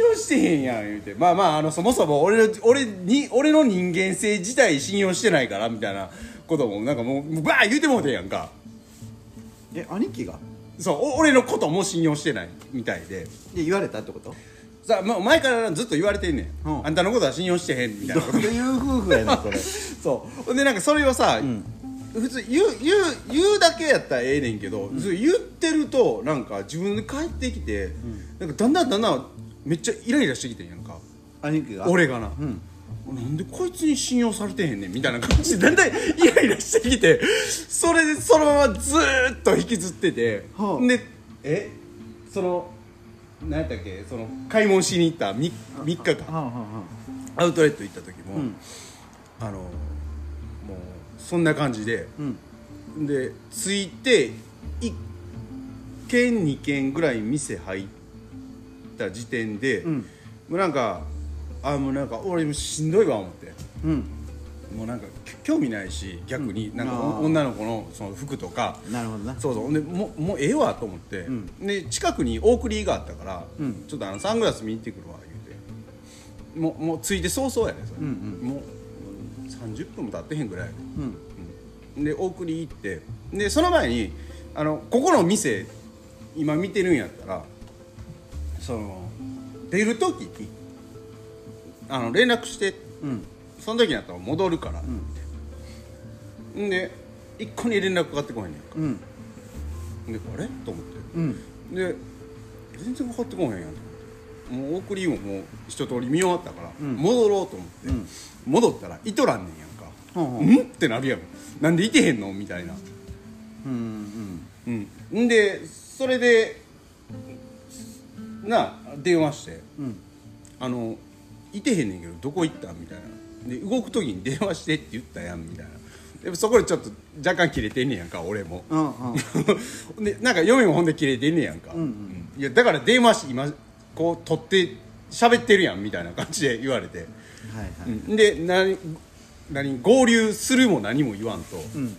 [SPEAKER 2] 用してへんやん言うてまあまああのそもそも俺の俺に俺の人間性自体信用してないからみたいなこともなんかもうもうバー言うてもうてんやんか
[SPEAKER 1] え兄貴が
[SPEAKER 2] そうお俺のことも信用してないみたいで
[SPEAKER 1] で言われたってこと
[SPEAKER 2] さあ、ま前からずっと言われてんねん、
[SPEAKER 1] うん
[SPEAKER 2] あんたのことは信用してへんみたいなこと
[SPEAKER 1] どういう夫婦やねんそれ
[SPEAKER 2] そうほんでなんかそれをさ、普通言う言う言うだけやったらええねんけど、それ言ってるとなんか自分で帰ってきて、なんかだんだんだんだんめっちゃイライラしてきてんやんか
[SPEAKER 1] 兄貴が
[SPEAKER 2] 俺がな、
[SPEAKER 1] ん
[SPEAKER 2] なんでこいつに信用されてへんねんみたいな感じでだんだんイライラしてきてそれでそのままずーっと引きずってて、
[SPEAKER 1] はあ
[SPEAKER 2] でえその何やったっけその買い物しに行った 3, 日間
[SPEAKER 1] はんはんはん
[SPEAKER 2] アウトレット行った時も、
[SPEAKER 1] うん
[SPEAKER 2] あのもうそんな感じで、
[SPEAKER 1] うん
[SPEAKER 2] で着いて1軒2軒ぐらい店入った時点で、
[SPEAKER 1] ん
[SPEAKER 2] もうなんかあもうなんか俺もしんどいわ思って
[SPEAKER 1] うん
[SPEAKER 2] もうなんかき興味ないし逆になんかお、
[SPEAKER 1] あー
[SPEAKER 2] 女の子のその服とか
[SPEAKER 1] なるほどな
[SPEAKER 2] そうそうほんでもうもうええわと思って、
[SPEAKER 1] ん
[SPEAKER 2] で近くにオークリーがあったから、
[SPEAKER 1] うん
[SPEAKER 2] ちょっとあのサングラス見に行ってくるわ言うてもうもうついて早々やねそれ、
[SPEAKER 1] うん
[SPEAKER 2] もう30分も経ってへんぐらいやね、
[SPEAKER 1] うん
[SPEAKER 2] うんでオークリー行ってでその前にあのここの店今見てるんやったらその出る時にあの連絡して
[SPEAKER 1] うん
[SPEAKER 2] その時になったら戻るから、ん、で一個に連絡かかってこへんねんか
[SPEAKER 1] うん
[SPEAKER 2] であれと思って
[SPEAKER 1] うん
[SPEAKER 2] で全然かかってこへんやんと思ってもう送りももう一通り見終わったから、
[SPEAKER 1] ん
[SPEAKER 2] 戻ろうと思って、
[SPEAKER 1] うん
[SPEAKER 2] 戻ったらいとらんねんやんか「?」
[SPEAKER 1] ほうほうん
[SPEAKER 2] ってなるやんなんでいてへんのみたいな
[SPEAKER 1] うん
[SPEAKER 2] うんんでそれでな電話して
[SPEAKER 1] うん
[SPEAKER 2] 「あのいてへんねんけどどこ行った?」みたいなで動く時に電話してって言ったやんみたいなでそこでちょっと若干切れてんねやんか俺も
[SPEAKER 1] うんうん
[SPEAKER 2] でなんか嫁もほんで切れてんねやんか、いやだから電話し今こう取って喋ってるやんみたいな感じで言われて、
[SPEAKER 1] はいは
[SPEAKER 2] う
[SPEAKER 1] い
[SPEAKER 2] んで何何合流するも何も言わんと、
[SPEAKER 1] うん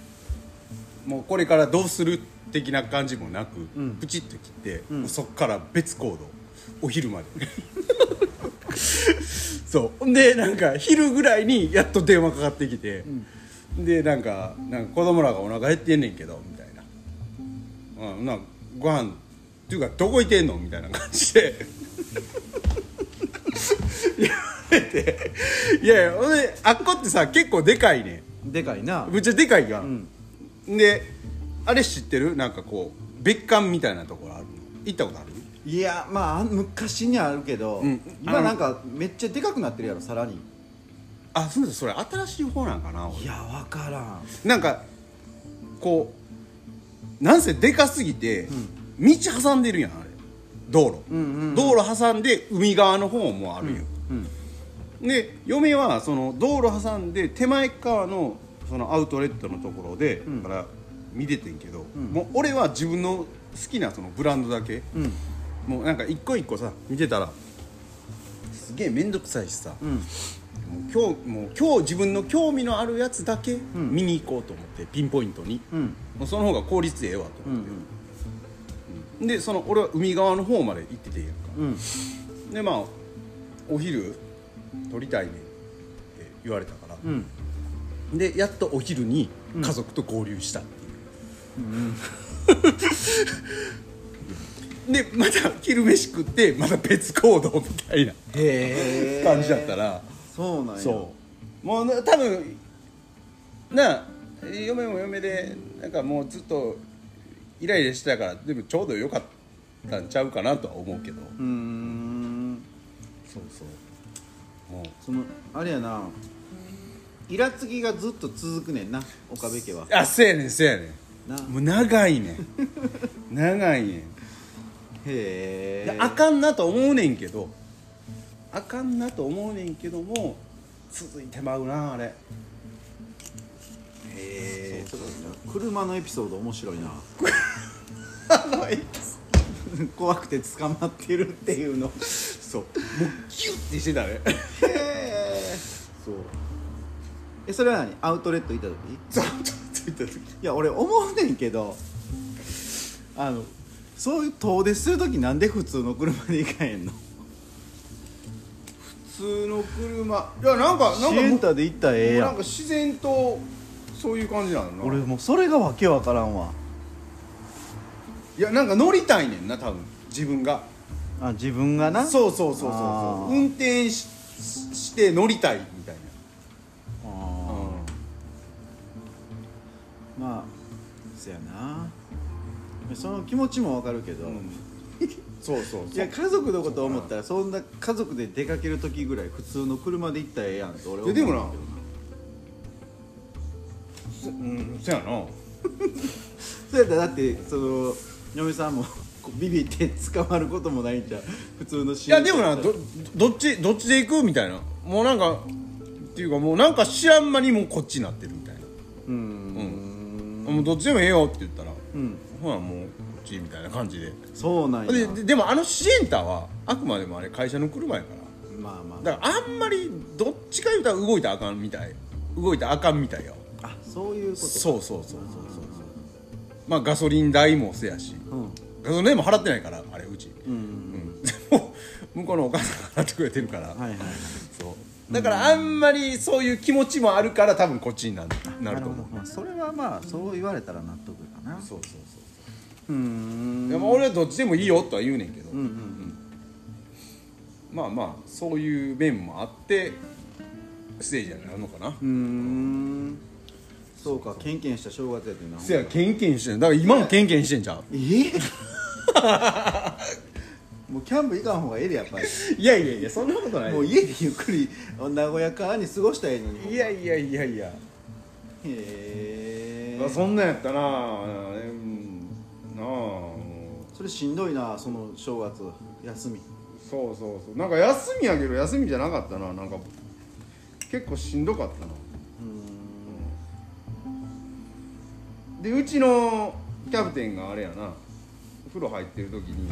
[SPEAKER 2] もうこれからどうする的な感じもなく、
[SPEAKER 1] ん
[SPEAKER 2] プチッと切って、
[SPEAKER 1] ん
[SPEAKER 2] もうそっから別行動お昼まで そうほんでなんか昼ぐらいにやっと電話かかってきて、でなんかなんか子供らがお腹減ってんねんけどみたいなうん、なんかご飯っていうかどこ行ってんのみたいな感じで言われていやいやほんであっこってさ結構でかいね
[SPEAKER 1] でかいなん
[SPEAKER 2] むっちゃでかいやん、であれ知ってるなんかこう別館みたいなところあるの行ったことある
[SPEAKER 1] いやまああ昔にはあるけど、
[SPEAKER 2] うんあ
[SPEAKER 1] 今
[SPEAKER 2] の
[SPEAKER 1] なんかめっちゃでかくなってるやろさらに
[SPEAKER 2] あそうですそれ新しい方なんかな俺
[SPEAKER 1] いやわからん
[SPEAKER 2] なんかこうなんせでかすぎて、道挟んでるやんあれ道路、
[SPEAKER 1] うんうんうん
[SPEAKER 2] 道路挟んで海側の方もあるよ、
[SPEAKER 1] うん
[SPEAKER 2] で嫁はその道路挟んで手前側のそのアウトレットのところで、
[SPEAKER 1] ん
[SPEAKER 2] から見ててんけど、
[SPEAKER 1] ん
[SPEAKER 2] もう俺は自分の好きなそのブランドだけ、
[SPEAKER 1] うん
[SPEAKER 2] もうなんか一個一個さ見てたらすげえ面倒くさいしさ、
[SPEAKER 1] うん
[SPEAKER 2] もう今日もう今日自分の興味のあるやつだけ
[SPEAKER 1] ん
[SPEAKER 2] 見に行こうと思って、ピンポイントに、
[SPEAKER 1] うん
[SPEAKER 2] もうその方が効率ええわと
[SPEAKER 1] う
[SPEAKER 2] 思って、
[SPEAKER 1] ん
[SPEAKER 2] でその俺は海側の方まで行っててんやんか、
[SPEAKER 1] うん
[SPEAKER 2] でまあお昼取りたいねんって言われたから、
[SPEAKER 1] うん
[SPEAKER 2] でやっとお昼に家族と合流したっていう、でまた昼飯食ってまた別行動みたいな
[SPEAKER 1] へえ
[SPEAKER 2] 感じだったら、
[SPEAKER 1] そうなんや
[SPEAKER 2] そうもうな多分なあ嫁も嫁でなんかもうずっとイライラしてたからでもちょうどよかったんちゃうかなとは思うけど
[SPEAKER 1] うーん
[SPEAKER 2] そうそうもう
[SPEAKER 1] そのあれやなイラつきがずっと続くねんな岡部家は
[SPEAKER 2] あせやねんせやね
[SPEAKER 1] なん
[SPEAKER 2] もう長いねん長いねん
[SPEAKER 1] へ
[SPEAKER 2] で
[SPEAKER 1] え
[SPEAKER 2] あかんなと思うねんけどあかんなと思うねんけども続いてまうなあれ
[SPEAKER 1] へえ車のエピソード面白いな怖くて捕まってるっていうの
[SPEAKER 2] そうもうギュッてしてたね
[SPEAKER 1] そうえそれは何アウトレット行った時
[SPEAKER 2] ちょっとついた時
[SPEAKER 1] いや俺思うねんけどあのそういう遠出する時なんで普通の車で行かへんの
[SPEAKER 2] 普通の車いやなんかなん
[SPEAKER 1] シ
[SPEAKER 2] か
[SPEAKER 1] エ
[SPEAKER 2] も
[SPEAKER 1] ン
[SPEAKER 2] う
[SPEAKER 1] タで行ったらええや
[SPEAKER 2] なん
[SPEAKER 1] ん
[SPEAKER 2] か自然とそういう感じなのな
[SPEAKER 1] 俺もうそれがわけわからんわ
[SPEAKER 2] いやなんか乗りたいねんな多分自分が
[SPEAKER 1] あ自分がな
[SPEAKER 2] そうそうそうそうそ
[SPEAKER 1] あー
[SPEAKER 2] う運転ししして乗りたいみたい
[SPEAKER 1] あ
[SPEAKER 2] な、うん
[SPEAKER 1] ーまあそやなその気持ちもわかるけど、
[SPEAKER 2] うんそうそうそ
[SPEAKER 1] い
[SPEAKER 2] う
[SPEAKER 1] や家族のこと思ったらそんな家族で出かける時ぐらい普通の車で行ったらええやんって俺思うんだけど
[SPEAKER 2] いやでもそうんそやな
[SPEAKER 1] そうやったらだってその嫁さんもこうビビって捕まることもないんじゃん普通の
[SPEAKER 2] い
[SPEAKER 1] シー
[SPEAKER 2] や
[SPEAKER 1] ン
[SPEAKER 2] でもなどどっちどっちで行くみたいなもうなんかっていうかもうなんか知らん間にもうこっちになってるみたいな、
[SPEAKER 1] うーん
[SPEAKER 2] もうどっちでもええよって言ったら、
[SPEAKER 1] うん
[SPEAKER 2] ほらもうこっちみたいな感じで
[SPEAKER 1] そうなんや
[SPEAKER 2] でででもあのシエンタはあくまでもあれ会社の車やから
[SPEAKER 1] まあまあ
[SPEAKER 2] だからあんまりどっちか言うたら動いたらあかんみたい動いたらあかんみたいよ
[SPEAKER 1] あそういうこと
[SPEAKER 2] そうそうそうそうそうそうまあガソリン代もせやし
[SPEAKER 1] うん
[SPEAKER 2] ガソリン代も払ってないからあれうち
[SPEAKER 1] うん
[SPEAKER 2] うん、 もう向こうのお母さんが払ってくれてるから、
[SPEAKER 1] はいはいはい
[SPEAKER 2] そうだからあんまりそういう気持ちもあるから多分こっちになるなると思
[SPEAKER 1] ほどまあそれはまあそう言われたら納得かな
[SPEAKER 2] うそうそうそう
[SPEAKER 1] うーん
[SPEAKER 2] でも俺はどっちでもいいよとは言うねんけど、
[SPEAKER 1] うんうん
[SPEAKER 2] まあまあそういう面もあってステージになるのかな、
[SPEAKER 1] うーんそうかケンケンした正月やってんな
[SPEAKER 2] せやケンケンしてんだから今もケンケンしてんじゃん
[SPEAKER 1] え もうキャンプ行かん方がええでやっぱり
[SPEAKER 2] いやいやいやそんなことな
[SPEAKER 1] もう家でゆっくり名古屋川に過ごしたらいいのに
[SPEAKER 2] いやいやいやいや、
[SPEAKER 1] へ
[SPEAKER 2] まあ
[SPEAKER 1] え
[SPEAKER 2] そんなんやったなうんなあもう
[SPEAKER 1] それしんどいなその正月休み
[SPEAKER 2] そうそうそうなんか休みやけど休みじゃなかったななんか結構しんどかったなでうちのキャプテンがあれやなお風呂入ってる時に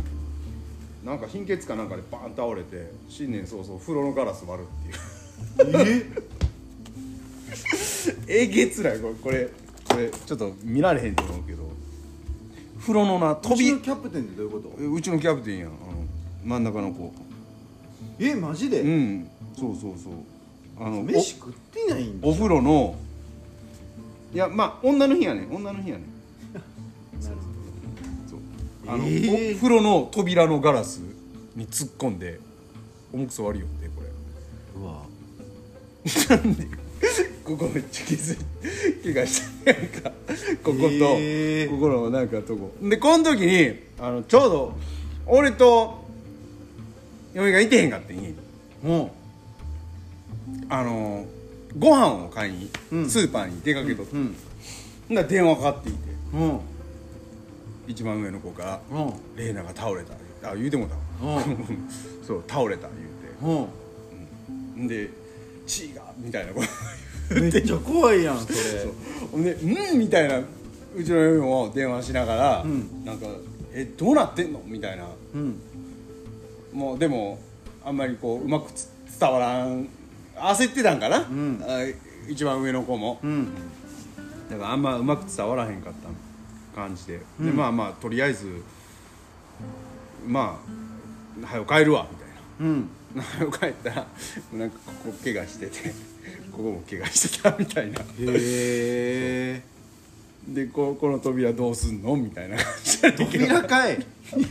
[SPEAKER 2] なんか貧血かなんかでバーン倒れて新年早々風呂のガラス割る っていうええげつないこれこれこれちょっと見られへんと思うけど風呂のな飛び
[SPEAKER 1] うちのキャプテンってどういうこと
[SPEAKER 2] えうちのキャプテンやんあの真ん中の子
[SPEAKER 1] えマジで、
[SPEAKER 2] うんそうそうそうあの
[SPEAKER 1] 飯食ってないんだ
[SPEAKER 2] おお風呂のいやまあ女の日やね女の日やねそうあの、
[SPEAKER 1] えー
[SPEAKER 2] お風呂の扉のガラスに突っ込んで重くそ悪いよってこれ
[SPEAKER 1] うわ
[SPEAKER 2] ここめっちゃ傷怪我してなんかここと、
[SPEAKER 1] えー
[SPEAKER 2] ここのなんかとこでこの時にあのちょうど俺と嫁がいてへんかってに
[SPEAKER 1] も
[SPEAKER 2] あのご飯を買いに、
[SPEAKER 1] うん
[SPEAKER 2] スーパーに出かけとっ
[SPEAKER 1] う
[SPEAKER 2] て、
[SPEAKER 1] うん
[SPEAKER 2] ほんなら電話かかっていて
[SPEAKER 1] うん
[SPEAKER 2] 一番上の子から
[SPEAKER 1] うん
[SPEAKER 2] 「玲奈が倒れた」あ言うてもうたわ
[SPEAKER 1] う
[SPEAKER 2] そう倒れた言
[SPEAKER 1] うん
[SPEAKER 2] うてんで「血が」みたいなこと
[SPEAKER 1] め っちゃ怖いやんそれ
[SPEAKER 2] ほんで「うん」みたいなうちの嫁も電話しながら、
[SPEAKER 1] うん
[SPEAKER 2] なんか「えどうなってんの?」みたいな
[SPEAKER 1] うん
[SPEAKER 2] もうでもあんまりこううまくつ伝わらん焦ってたんかな、
[SPEAKER 1] ん
[SPEAKER 2] あ一番上の子も、
[SPEAKER 1] うん
[SPEAKER 2] だからあんまうまく伝わらへんかった感じで、でまあまあとりあえずまあ「はよ帰るわ」みたい
[SPEAKER 1] う
[SPEAKER 2] な
[SPEAKER 1] ん
[SPEAKER 2] 早く帰ったらなんかここ怪我してて ここも怪我してたみたいな
[SPEAKER 1] へえ
[SPEAKER 2] でここの扉どうすんのみたいな感じで
[SPEAKER 1] 扉 かいい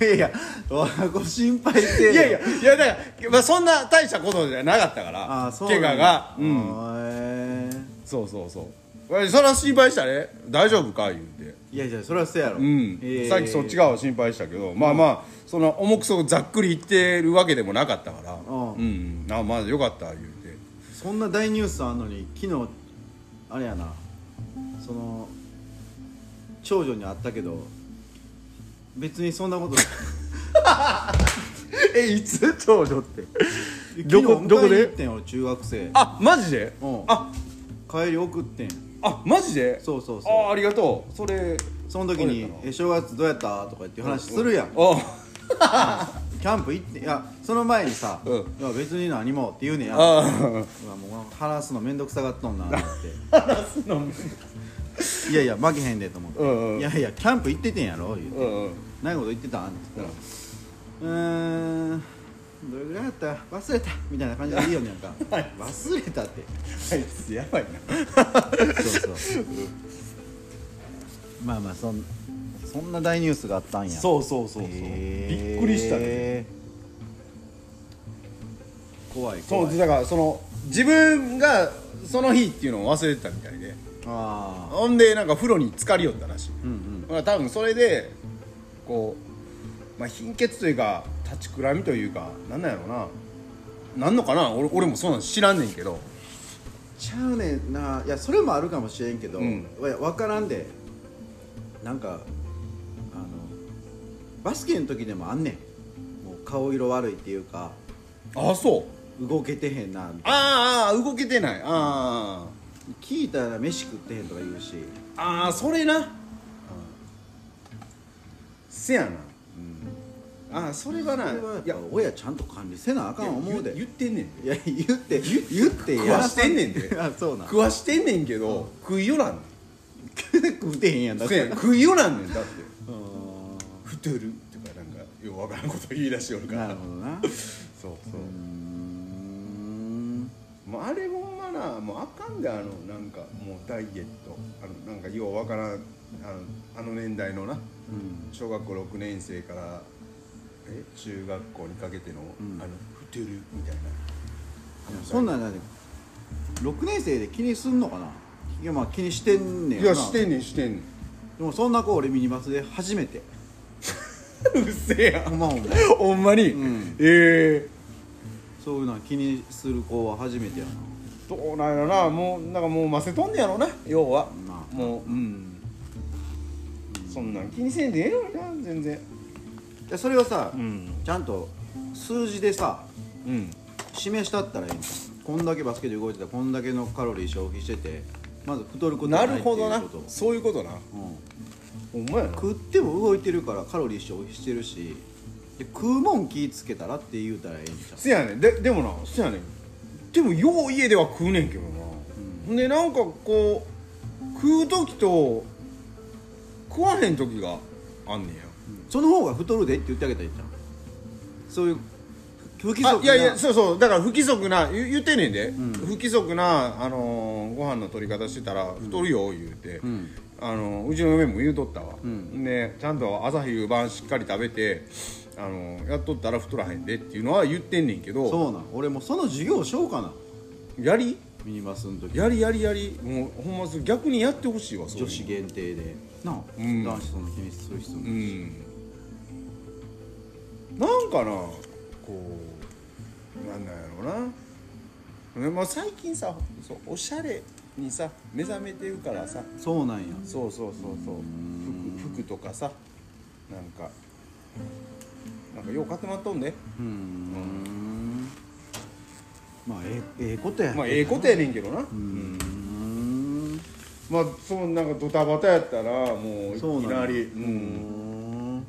[SPEAKER 1] やいやわご心配せえよ
[SPEAKER 2] いやいやいやだから、まあ、そんな大したことじゃなかったから
[SPEAKER 1] ああそうな
[SPEAKER 2] 怪
[SPEAKER 1] んだ
[SPEAKER 2] 我が
[SPEAKER 1] あ
[SPEAKER 2] うん
[SPEAKER 1] ーへ
[SPEAKER 2] そうそうそうえそれは心配したね大丈夫か言うて
[SPEAKER 1] えいやいやそれはそうやろ
[SPEAKER 2] うん、
[SPEAKER 1] ええ
[SPEAKER 2] さっきそっち側は心配したけど、まあまあその重くそざっくり言ってるわけでもなかったから
[SPEAKER 1] ん
[SPEAKER 2] うんあまあよかった言うて
[SPEAKER 1] そんな大ニュースあんのに昨日あれやなその長女に会ったけど別にそんなこと
[SPEAKER 2] えいつ長女って
[SPEAKER 1] 昨日迎えに行ってん俺中学生
[SPEAKER 2] あマジで、
[SPEAKER 1] うん
[SPEAKER 2] あ
[SPEAKER 1] 帰り送ってん
[SPEAKER 2] あマジで
[SPEAKER 1] そうそう
[SPEAKER 2] あ
[SPEAKER 1] そ
[SPEAKER 2] あありがとうそれ
[SPEAKER 1] うその時
[SPEAKER 2] そうや
[SPEAKER 1] に「
[SPEAKER 2] ったの
[SPEAKER 1] え正月どうやった?」とか言って話するやん
[SPEAKER 2] あ
[SPEAKER 1] キャンプ行っていやその前にさ「
[SPEAKER 2] うん
[SPEAKER 1] いや別に何も」って言うねやうわ
[SPEAKER 2] あ
[SPEAKER 1] もう話すの面倒くさがっとんな と思っ
[SPEAKER 2] 話すのも
[SPEAKER 1] て「いやいや負けへんで」と思って
[SPEAKER 2] うんう
[SPEAKER 1] 「
[SPEAKER 2] ん
[SPEAKER 1] いやいやキャンプ行っててんやろ」言うて
[SPEAKER 2] うんうん
[SPEAKER 1] 何のこと言ってたん?」って言ったら「うーんどれぐらいだった忘れた」みたいな感じでいいよねなんか 「忘れた」って
[SPEAKER 2] あいつやばいな
[SPEAKER 1] そうそう まあまあそんそんな大ニュースがあったんや
[SPEAKER 2] そうそうそうそう、
[SPEAKER 1] へ
[SPEAKER 2] び
[SPEAKER 1] ー
[SPEAKER 2] っくりしたね
[SPEAKER 1] 怖い
[SPEAKER 2] そ
[SPEAKER 1] 怖
[SPEAKER 2] う
[SPEAKER 1] い
[SPEAKER 2] だからその自分がその日っていうのを忘れてたみたいで
[SPEAKER 1] ああ
[SPEAKER 2] ほんでなんか風呂に浸かりよったらしい、
[SPEAKER 1] うんうん
[SPEAKER 2] まあ、多分それでこう、まあ、貧血というか立ちくらみというかなんなんやろななんのかな俺俺もそうなん知らんねんけど
[SPEAKER 1] ちゃうねんないやそれもあるかもしれんけど、
[SPEAKER 2] うん
[SPEAKER 1] いや分からんでなんかあのバスケの時でもあんねんもう顔色悪いっていうか
[SPEAKER 2] あそう
[SPEAKER 1] 動けてへんなみたいな
[SPEAKER 2] あーあー動けてないあー
[SPEAKER 1] 聞いたら飯食ってへんとか言うし
[SPEAKER 2] あーそれな、せやな、ああそれは
[SPEAKER 1] そ
[SPEAKER 2] な
[SPEAKER 1] れはやっ
[SPEAKER 2] いや
[SPEAKER 1] ぱ親ちゃんと管理せなあかん思うで
[SPEAKER 2] いや言言ってんねん
[SPEAKER 1] いや言って言って
[SPEAKER 2] 食わしてんねん で
[SPEAKER 1] あそうなん
[SPEAKER 2] 食わしてんねんけど、食いよらんね
[SPEAKER 1] 食ってへんやんだっ
[SPEAKER 2] んせや
[SPEAKER 1] て
[SPEAKER 2] な食いよらんねんだって
[SPEAKER 1] う
[SPEAKER 2] 太るとかなんかようわからんこと言い出しよ
[SPEAKER 1] ー
[SPEAKER 2] る
[SPEAKER 1] ん
[SPEAKER 2] か
[SPEAKER 1] な
[SPEAKER 2] ら
[SPEAKER 1] るほどな
[SPEAKER 2] そうそう、
[SPEAKER 1] うーん
[SPEAKER 2] もうあれほんまなもうあかんであのなんかもうダイエットあのなんかようわからんあのあの年代のな
[SPEAKER 1] うん
[SPEAKER 2] 小学校6年生からえ中学校にかけての、
[SPEAKER 1] うん
[SPEAKER 2] あの「太る」みたい
[SPEAKER 1] いや
[SPEAKER 2] な
[SPEAKER 1] そんなんなんで6年生で気にすんのかないやまあ気にしてんねん
[SPEAKER 2] い
[SPEAKER 1] な
[SPEAKER 2] やしてんねんしてんねん
[SPEAKER 1] でもそんな子俺ミニバスで初めて
[SPEAKER 2] うっせえや
[SPEAKER 1] ほ
[SPEAKER 2] ん
[SPEAKER 1] んまほんま
[SPEAKER 2] ほんまに、
[SPEAKER 1] うん
[SPEAKER 2] ええ
[SPEAKER 1] そういうのは気にする子は初めてやな
[SPEAKER 2] どうなんやろなもうなんかもうませとんねやろな要は、
[SPEAKER 1] まあ
[SPEAKER 2] もううんそんなん気にせんでええのにな全然
[SPEAKER 1] いやそれをさ、
[SPEAKER 2] ん
[SPEAKER 1] ちゃんと数字でさ
[SPEAKER 2] うん
[SPEAKER 1] 示したったらいいんですこんだけバスケで動いてたこんだけのカロリー消費しててまず太ること
[SPEAKER 2] な
[SPEAKER 1] は
[SPEAKER 2] る
[SPEAKER 1] ないってい
[SPEAKER 2] ほ
[SPEAKER 1] うこと
[SPEAKER 2] どなそういうことな
[SPEAKER 1] うん
[SPEAKER 2] ほんまやな
[SPEAKER 1] 食っても動いてるからカロリー消費してるしで食うもん気ぃつけたらって言うたらええんちゃう
[SPEAKER 2] せやねんででもなせやねんでもよう家では食うねんけどな、ほん、でなんかこう食う時と食わへん時がああんねや
[SPEAKER 1] その方が太るでって言ってあげたらいいじゃんそういう不規則
[SPEAKER 2] あ
[SPEAKER 1] ない
[SPEAKER 2] やいやそうそうだから不規則な言言ってんねんで、不規則な、あのーご飯の取り方してたら太るよ言うて、
[SPEAKER 1] ん
[SPEAKER 2] あのーうちの嫁も言うとったわ、でちゃんと朝昼晩しっかり食べて、あのーやっとったら太らへんでっていうのは言ってんねんけど
[SPEAKER 1] そうなん俺もその授業しようかな
[SPEAKER 2] やり
[SPEAKER 1] ミニバスの時
[SPEAKER 2] やりやりやりもうほんまそう逆にやってほしいわそういう
[SPEAKER 1] 女
[SPEAKER 2] の
[SPEAKER 1] 子限定でなあ、
[SPEAKER 2] うん
[SPEAKER 1] 男子そんな気にする必要
[SPEAKER 2] う
[SPEAKER 1] ない、
[SPEAKER 2] んなんかなこうなんなんやろうな、ねまあ、最近さそうおしゃれにさ目覚めてるからさ
[SPEAKER 1] そうなんや
[SPEAKER 2] そうそうそうそう服服とかさなんかなんかよう買ってもらっとんで、
[SPEAKER 1] うーんまあえええことや
[SPEAKER 2] まあええことやねんけどな、うん
[SPEAKER 1] うーん
[SPEAKER 2] まあそうなんかドタバタやったらもういき
[SPEAKER 1] そうなんや
[SPEAKER 2] なりう
[SPEAKER 1] うー
[SPEAKER 2] ん
[SPEAKER 1] ん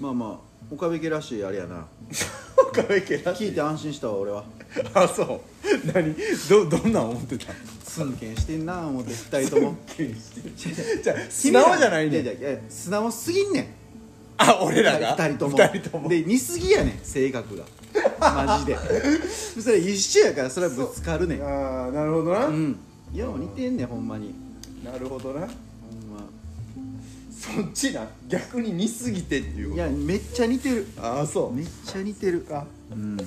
[SPEAKER 1] まあまあ岡部家らしいあれやな
[SPEAKER 2] 岡部家らし
[SPEAKER 1] 聞いて安心したわ俺は
[SPEAKER 2] あそう何どどんなん思ってた
[SPEAKER 1] すんけんしてんな思って二人とも
[SPEAKER 2] じゃあ 素直じゃないね
[SPEAKER 1] や
[SPEAKER 2] ん
[SPEAKER 1] やや素直すぎんねん
[SPEAKER 2] あ俺らが
[SPEAKER 1] 二人とも
[SPEAKER 2] 二人とも
[SPEAKER 1] で似すぎやねん性格がマ ジでそれ一緒やからそれはぶつかるねん
[SPEAKER 2] ああなるほどな、
[SPEAKER 1] うんいや似てんねんほんまに
[SPEAKER 2] なるほどな
[SPEAKER 1] ほんま
[SPEAKER 2] そっちな逆に似すぎてってい
[SPEAKER 1] い
[SPEAKER 2] うこ
[SPEAKER 1] やめっちゃ似てる
[SPEAKER 2] とああそ
[SPEAKER 1] めっちゃ似てる
[SPEAKER 2] うか
[SPEAKER 1] うん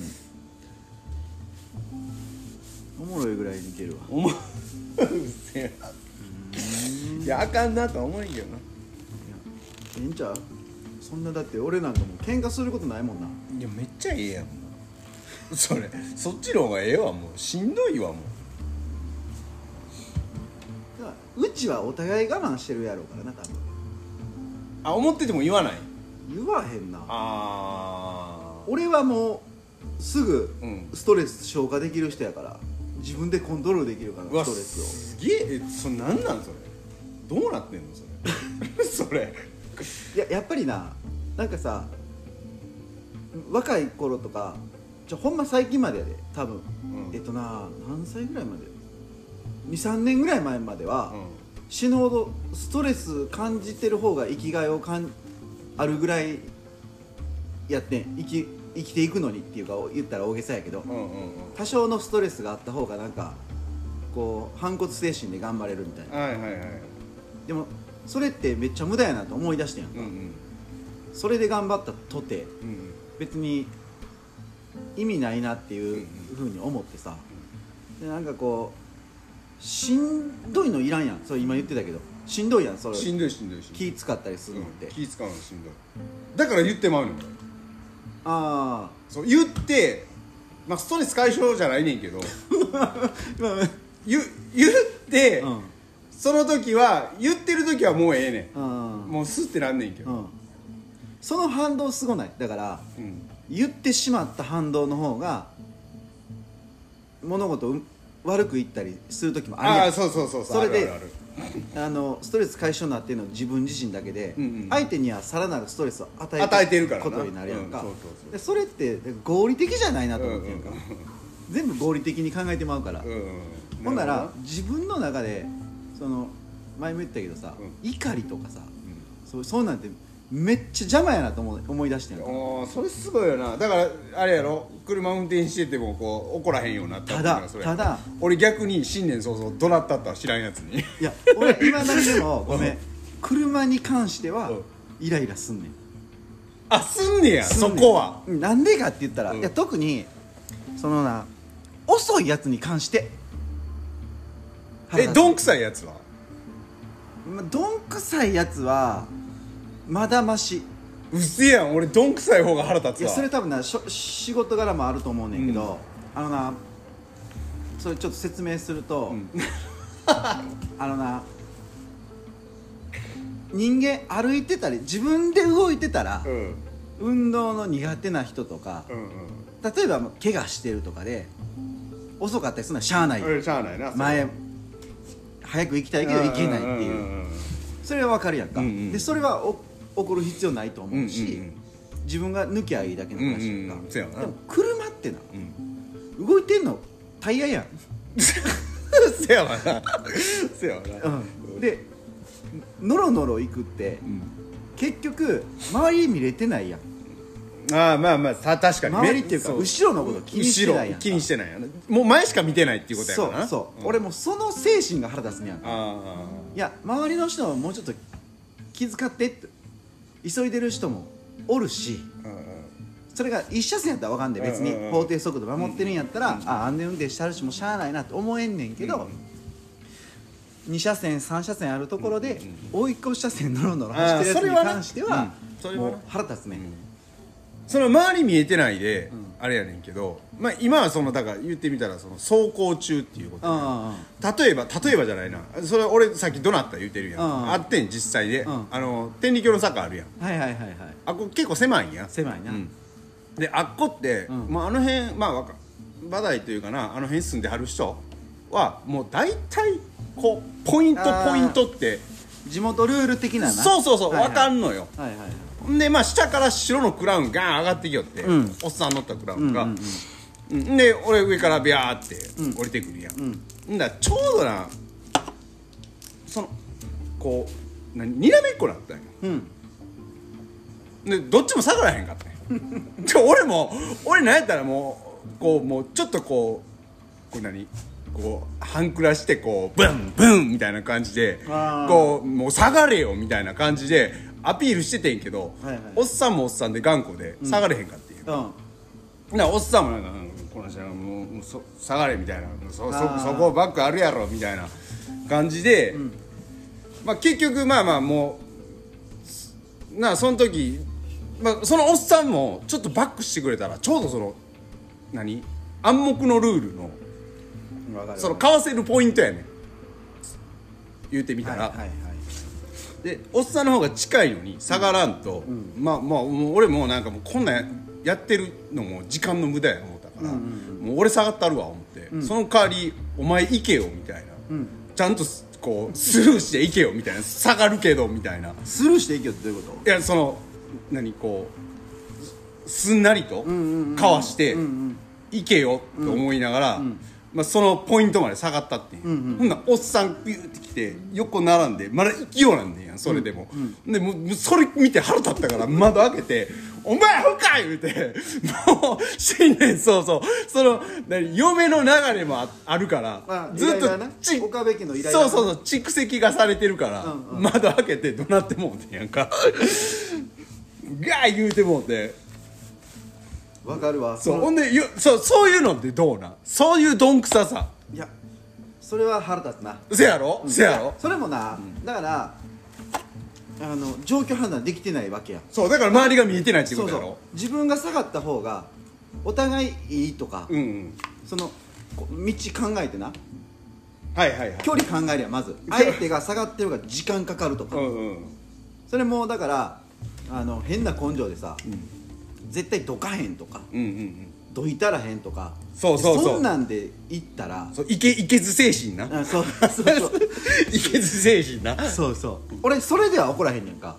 [SPEAKER 1] おもろいぐらい似てるわ
[SPEAKER 2] おもうっせえないやあかんなとは思えんけどない
[SPEAKER 1] やええんちゃうそんなだって俺なんかもう喧嘩することないもんない
[SPEAKER 2] やめっちゃええやんもうそれそっちの方がええわもうしんどいわも
[SPEAKER 1] だからうちはお互い我慢してるやろうからな多分
[SPEAKER 2] うあ思ってても言わない
[SPEAKER 1] 言わへんな
[SPEAKER 2] あ
[SPEAKER 1] 俺はもうすぐ
[SPEAKER 2] うん
[SPEAKER 1] ストレス消化できる人やから自分でコントロールできるから
[SPEAKER 2] うわ
[SPEAKER 1] ストレス
[SPEAKER 2] すげええそれなんなんそれどうなってんのそれ それ
[SPEAKER 1] をいややっぱりななんかさ若い頃とかちょほんま最近までやで多分、
[SPEAKER 2] うん
[SPEAKER 1] えっとな何歳ぐらいまで23年ぐらい前までは、
[SPEAKER 2] う
[SPEAKER 1] 死ぬほどストレス感じてる方が生きがいをかんあるぐらいやってん生き生きていくのにっていうか言ったら大げさやけど、
[SPEAKER 2] んうんうんうん
[SPEAKER 1] 多少のストレスがあった方がなんかこう反骨精神で頑張れるみたいな
[SPEAKER 2] はいはいはい
[SPEAKER 1] でもそれってめっちゃ無駄やなと思い出してんやん
[SPEAKER 2] う
[SPEAKER 1] か、
[SPEAKER 2] んうん
[SPEAKER 1] それで頑張ったとて
[SPEAKER 2] うん
[SPEAKER 1] 別に意味ないなっていう
[SPEAKER 2] う
[SPEAKER 1] ふうに思ってさでなんかこうしんどいのいらんやんそれ今言ってたけどしんどいやんそれ
[SPEAKER 2] しんどいしんどいしんどい
[SPEAKER 1] 気使ったりするのっ
[SPEAKER 2] う
[SPEAKER 1] て、
[SPEAKER 2] ん気使うのしんどいだから言ってまうね
[SPEAKER 1] あ
[SPEAKER 2] ん
[SPEAKER 1] あ
[SPEAKER 2] そう言ってまあストレス解消じゃないねんけど
[SPEAKER 1] まあ
[SPEAKER 2] 言言って、
[SPEAKER 1] うん
[SPEAKER 2] その時は言ってる時はもうええねん
[SPEAKER 1] うん
[SPEAKER 2] もうすってなんねんけ
[SPEAKER 1] う
[SPEAKER 2] ど
[SPEAKER 1] んその反動すごないだから
[SPEAKER 2] うん
[SPEAKER 1] 言ってしまった反動の方が物事をう悪く言ったりする時もある
[SPEAKER 2] あ
[SPEAKER 1] や
[SPEAKER 2] あ
[SPEAKER 1] ん
[SPEAKER 2] そうそうそうう
[SPEAKER 1] それで
[SPEAKER 2] あるある
[SPEAKER 1] あのストレス解消になってるのは自分自身だけで、
[SPEAKER 2] うんうん
[SPEAKER 1] 相手にはさらなるストレスを与え
[SPEAKER 2] 与えてるからな
[SPEAKER 1] ことになるやんか、
[SPEAKER 2] うんそうそうそう
[SPEAKER 1] でそれって合理的じゃないな
[SPEAKER 2] あ
[SPEAKER 1] と
[SPEAKER 2] る
[SPEAKER 1] 思ってんか、全部合理的に考えてまうから、
[SPEAKER 2] うんうんうんうん
[SPEAKER 1] ほんな
[SPEAKER 2] る
[SPEAKER 1] ら
[SPEAKER 2] ほ
[SPEAKER 1] 自分の中でその前も言ったけどさ、
[SPEAKER 2] う
[SPEAKER 1] 怒りとかさそうそうなんてめっちゃ邪魔やなと思う思い出してん
[SPEAKER 2] ど
[SPEAKER 1] か
[SPEAKER 2] なおーそれすごいよなだからあれやろ車運転しててもこう怒らへんようになったっていうのが
[SPEAKER 1] ただ
[SPEAKER 2] それやろ
[SPEAKER 1] ただ
[SPEAKER 2] 俺逆に新年早々怒鳴ったったわ知らんやつに
[SPEAKER 1] いや俺今だけでもごめん車に関しては
[SPEAKER 2] うん
[SPEAKER 1] イライラすんねん
[SPEAKER 2] あすんねや
[SPEAKER 1] す
[SPEAKER 2] そ
[SPEAKER 1] んねん
[SPEAKER 2] こは
[SPEAKER 1] うんなんでかって言ったら、
[SPEAKER 2] うん
[SPEAKER 1] いや特にそのな遅いやつに関して
[SPEAKER 2] えどん
[SPEAKER 1] く
[SPEAKER 2] くさいやつは
[SPEAKER 1] どんくさいやつはまだまし
[SPEAKER 2] うっせえやん俺どんくさい方が腹
[SPEAKER 1] い
[SPEAKER 2] 立つ
[SPEAKER 1] や
[SPEAKER 2] わ
[SPEAKER 1] それ多分なしょ仕事柄もあると思うねんけど、あのなそれちょっと説明すると、
[SPEAKER 2] ん
[SPEAKER 1] あのな人間歩いてたり自分で動いてたら、
[SPEAKER 2] うん
[SPEAKER 1] 運動の苦手な人とか
[SPEAKER 2] うん
[SPEAKER 1] 例えばもう怪我してるとかで遅かったりするのはしゃあない、
[SPEAKER 2] うんうんしゃあないな
[SPEAKER 1] 前早く行きたいけど行けないっていう,、
[SPEAKER 2] うん
[SPEAKER 1] それはわかるやんか、
[SPEAKER 2] うんうん
[SPEAKER 1] でそれはお怒る必要ないと思うし、
[SPEAKER 2] うんうんうん
[SPEAKER 1] 自分が抜きゃいいだけの話やんか、
[SPEAKER 2] うんうんうんそうやな
[SPEAKER 1] でも車ってな
[SPEAKER 2] うんうん
[SPEAKER 1] 動いてんのタイヤやん、
[SPEAKER 2] せやわなせやわな
[SPEAKER 1] うん、でノロノロ行くって
[SPEAKER 2] うん
[SPEAKER 1] 結局周り見れてないやん
[SPEAKER 2] ああまあまあさ確かに
[SPEAKER 1] 周りっていうか
[SPEAKER 2] そ
[SPEAKER 1] 後ろのこと気にしてないやん
[SPEAKER 2] 後
[SPEAKER 1] か
[SPEAKER 2] ろ気にしてないやんもう前しか見てないっていうことや
[SPEAKER 1] そ
[SPEAKER 2] から
[SPEAKER 1] う
[SPEAKER 2] な
[SPEAKER 1] そう、
[SPEAKER 2] ん
[SPEAKER 1] 俺もうその精神が腹立つねやんか
[SPEAKER 2] あ
[SPEAKER 1] いや周りの人ももうちょっと気遣ってって急いでる人もおるし
[SPEAKER 2] あうんうん
[SPEAKER 1] それが一車線やったら分かんで別に
[SPEAKER 2] うんうんうん
[SPEAKER 1] 法定速度守ってるんやったら、あ安全運転してはるしもうしゃあないなって思えんねんけど、二2車線3車線あるところで、追い越し車線のろのろ走ってるやつに関しては
[SPEAKER 2] あーそれはねうんそれはね
[SPEAKER 1] もう腹立つね、
[SPEAKER 2] その周り見えてないで、あれやねんけど、まあ、今はそのだから言ってみたらその走行中っていうこ
[SPEAKER 1] う
[SPEAKER 2] と
[SPEAKER 1] んうんうん
[SPEAKER 2] 例えば例えばじゃないなそれ俺さっきどなった言うてるやん、
[SPEAKER 1] うん
[SPEAKER 2] あってん実際で、
[SPEAKER 1] うん
[SPEAKER 2] あの天理教の坂あるやん
[SPEAKER 1] はいはいはいはい
[SPEAKER 2] あっこ結構狭いんや
[SPEAKER 1] 狭いな、
[SPEAKER 2] うんであっこって、
[SPEAKER 1] うん
[SPEAKER 2] まあ、あの辺まあわかバダイというかなあの辺住んではる人はもう大体こうポイント
[SPEAKER 1] あー
[SPEAKER 2] ポイントって
[SPEAKER 1] 地元ルール的なな
[SPEAKER 2] そうそうそう、
[SPEAKER 1] はいはい
[SPEAKER 2] わかんのよ
[SPEAKER 1] はいはい
[SPEAKER 2] んでまあ下から白のクラウンガーン上がってきよって、
[SPEAKER 1] ん
[SPEAKER 2] おっさん乗ったクラウンが、
[SPEAKER 1] う
[SPEAKER 2] うんん
[SPEAKER 1] うん
[SPEAKER 2] で俺上からビャーって降りてくるやん、んだからちょうどなそのこう何にらめっこなったんよ
[SPEAKER 1] うん
[SPEAKER 2] でどっちも下がらへんかったんよで俺も俺なんやったらもうこうもうちょっとこうこう何こう半クラしてこうブンブンみたいな感じで
[SPEAKER 1] あー
[SPEAKER 2] こうもう下がれよみたいな感じでアピールしててんけど、
[SPEAKER 1] はいはい
[SPEAKER 2] おっさんもおっさんで頑固で下がれへんかっていう、
[SPEAKER 1] うん
[SPEAKER 2] だからおっさんもなんかうんこの人はもうもうそ下がれみたいなそそ
[SPEAKER 1] あー
[SPEAKER 2] そこバックあるやろみたいな感じで、まあ、結局まあまあもうなあその時、まあ、そのおっさんもちょっとバックしてくれたらちょうどその何暗黙のルールの
[SPEAKER 1] わかる
[SPEAKER 2] そのかわせるポイントやねん言うてみた
[SPEAKER 1] はい
[SPEAKER 2] ら、
[SPEAKER 1] はいはい
[SPEAKER 2] でおっさんの方が近いのに下がらんと、まあまあもう俺もうなんかもうこんなんやってるのも時間の無駄やと思ったから、もう俺下がったるわ思って、その代わりお前行けよみたいな、ちゃんとすこうスルーして行けよみたいな下がるけどみたいな
[SPEAKER 1] スルーしていいけどどういうこ
[SPEAKER 2] いやその何こうすすんなりとかわして、行けよと思いながら、まあ、そのポイントまで下がったっていう、ほんならおっさんピューって来て横並んでまだ勢いなんねんやんそれでも、でもうもうそれ見て腹立ったから窓開けて「お前アホかい!」言うてもう新年早々その何嫁の流れもああるから、
[SPEAKER 1] まあ
[SPEAKER 2] ずっ
[SPEAKER 1] イ
[SPEAKER 2] と
[SPEAKER 1] ライラね
[SPEAKER 2] ち
[SPEAKER 1] 岡部家のイライラ
[SPEAKER 2] そうそうそう蓄積がされてるから、
[SPEAKER 1] うんう
[SPEAKER 2] 窓開けて怒鳴ってもうてんやんか ガー言うてもうて
[SPEAKER 1] とわかるわ
[SPEAKER 2] そう
[SPEAKER 1] の
[SPEAKER 2] ほんでよそうそういうのってどうなんそういうどんくささ
[SPEAKER 1] いやそれは腹立つな
[SPEAKER 2] せやろ、せやろ
[SPEAKER 1] それもな、だからあの状況判断できてないわけやん
[SPEAKER 2] そうだから周りが見えてないっていう
[SPEAKER 1] そ
[SPEAKER 2] こ
[SPEAKER 1] う
[SPEAKER 2] とや
[SPEAKER 1] そ
[SPEAKER 2] ろ
[SPEAKER 1] う自分が下がった方がお互いいいとか、
[SPEAKER 2] うんうん
[SPEAKER 1] そのこ道考えてな
[SPEAKER 2] はいはいはい
[SPEAKER 1] 距離考えりゃまず相手が下がってるから時間かかるとか、
[SPEAKER 2] うんうん
[SPEAKER 1] それもだからあの変な根性でさ、絶対どかへんとか
[SPEAKER 2] うんうんうん
[SPEAKER 1] どいたらへんとか
[SPEAKER 2] そうそうそうん
[SPEAKER 1] なんで行ったら
[SPEAKER 2] そういけ いけず精神な
[SPEAKER 1] あそうそうそう
[SPEAKER 2] いけず精神な
[SPEAKER 1] そうそう俺それでは怒らへんねんか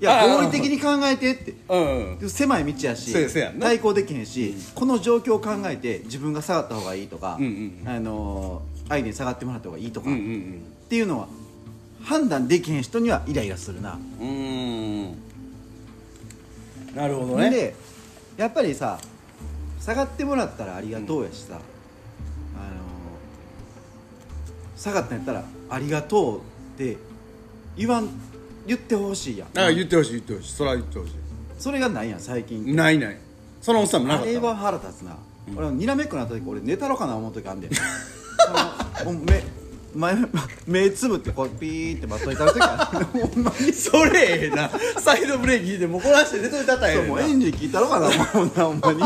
[SPEAKER 1] い
[SPEAKER 2] あ
[SPEAKER 1] や
[SPEAKER 2] あ
[SPEAKER 1] 合理的に考えてって
[SPEAKER 2] うんうん
[SPEAKER 1] 狭い道やし
[SPEAKER 2] そうやそうやんな
[SPEAKER 1] 対抗できへんし、この状況を考えて自分が下がった方がいいとか、
[SPEAKER 2] うんうん
[SPEAKER 1] あのー相手に下がってもらった方がいいとか、
[SPEAKER 2] うんう
[SPEAKER 1] っ
[SPEAKER 2] ん
[SPEAKER 1] ていうのは判断できへん人にはイライラするな、
[SPEAKER 2] うんうーんなるほどね
[SPEAKER 1] でやっぱりさ下がってもらったらありがとうやしさ、あのー下がったんやったら「ありがとう」って言わん言ってほしいやん
[SPEAKER 2] あ言ってほしい言ってほしいそれは言ってほし
[SPEAKER 1] それがないやん最近
[SPEAKER 2] いないないそのおっさんもなか
[SPEAKER 1] あ
[SPEAKER 2] った
[SPEAKER 1] れは腹立つな、俺にらめっこなった時俺寝たろかな思う時 あんであのもう目前目つぶってこうピーって待っといたる時ある ほんまに
[SPEAKER 2] それええなサイドブレーキ引いてもうこなして寝といたったらえ
[SPEAKER 1] そう
[SPEAKER 2] え
[SPEAKER 1] もう
[SPEAKER 2] ね
[SPEAKER 1] エ
[SPEAKER 2] んな
[SPEAKER 1] ンジン聞いたろかな思うなほんまに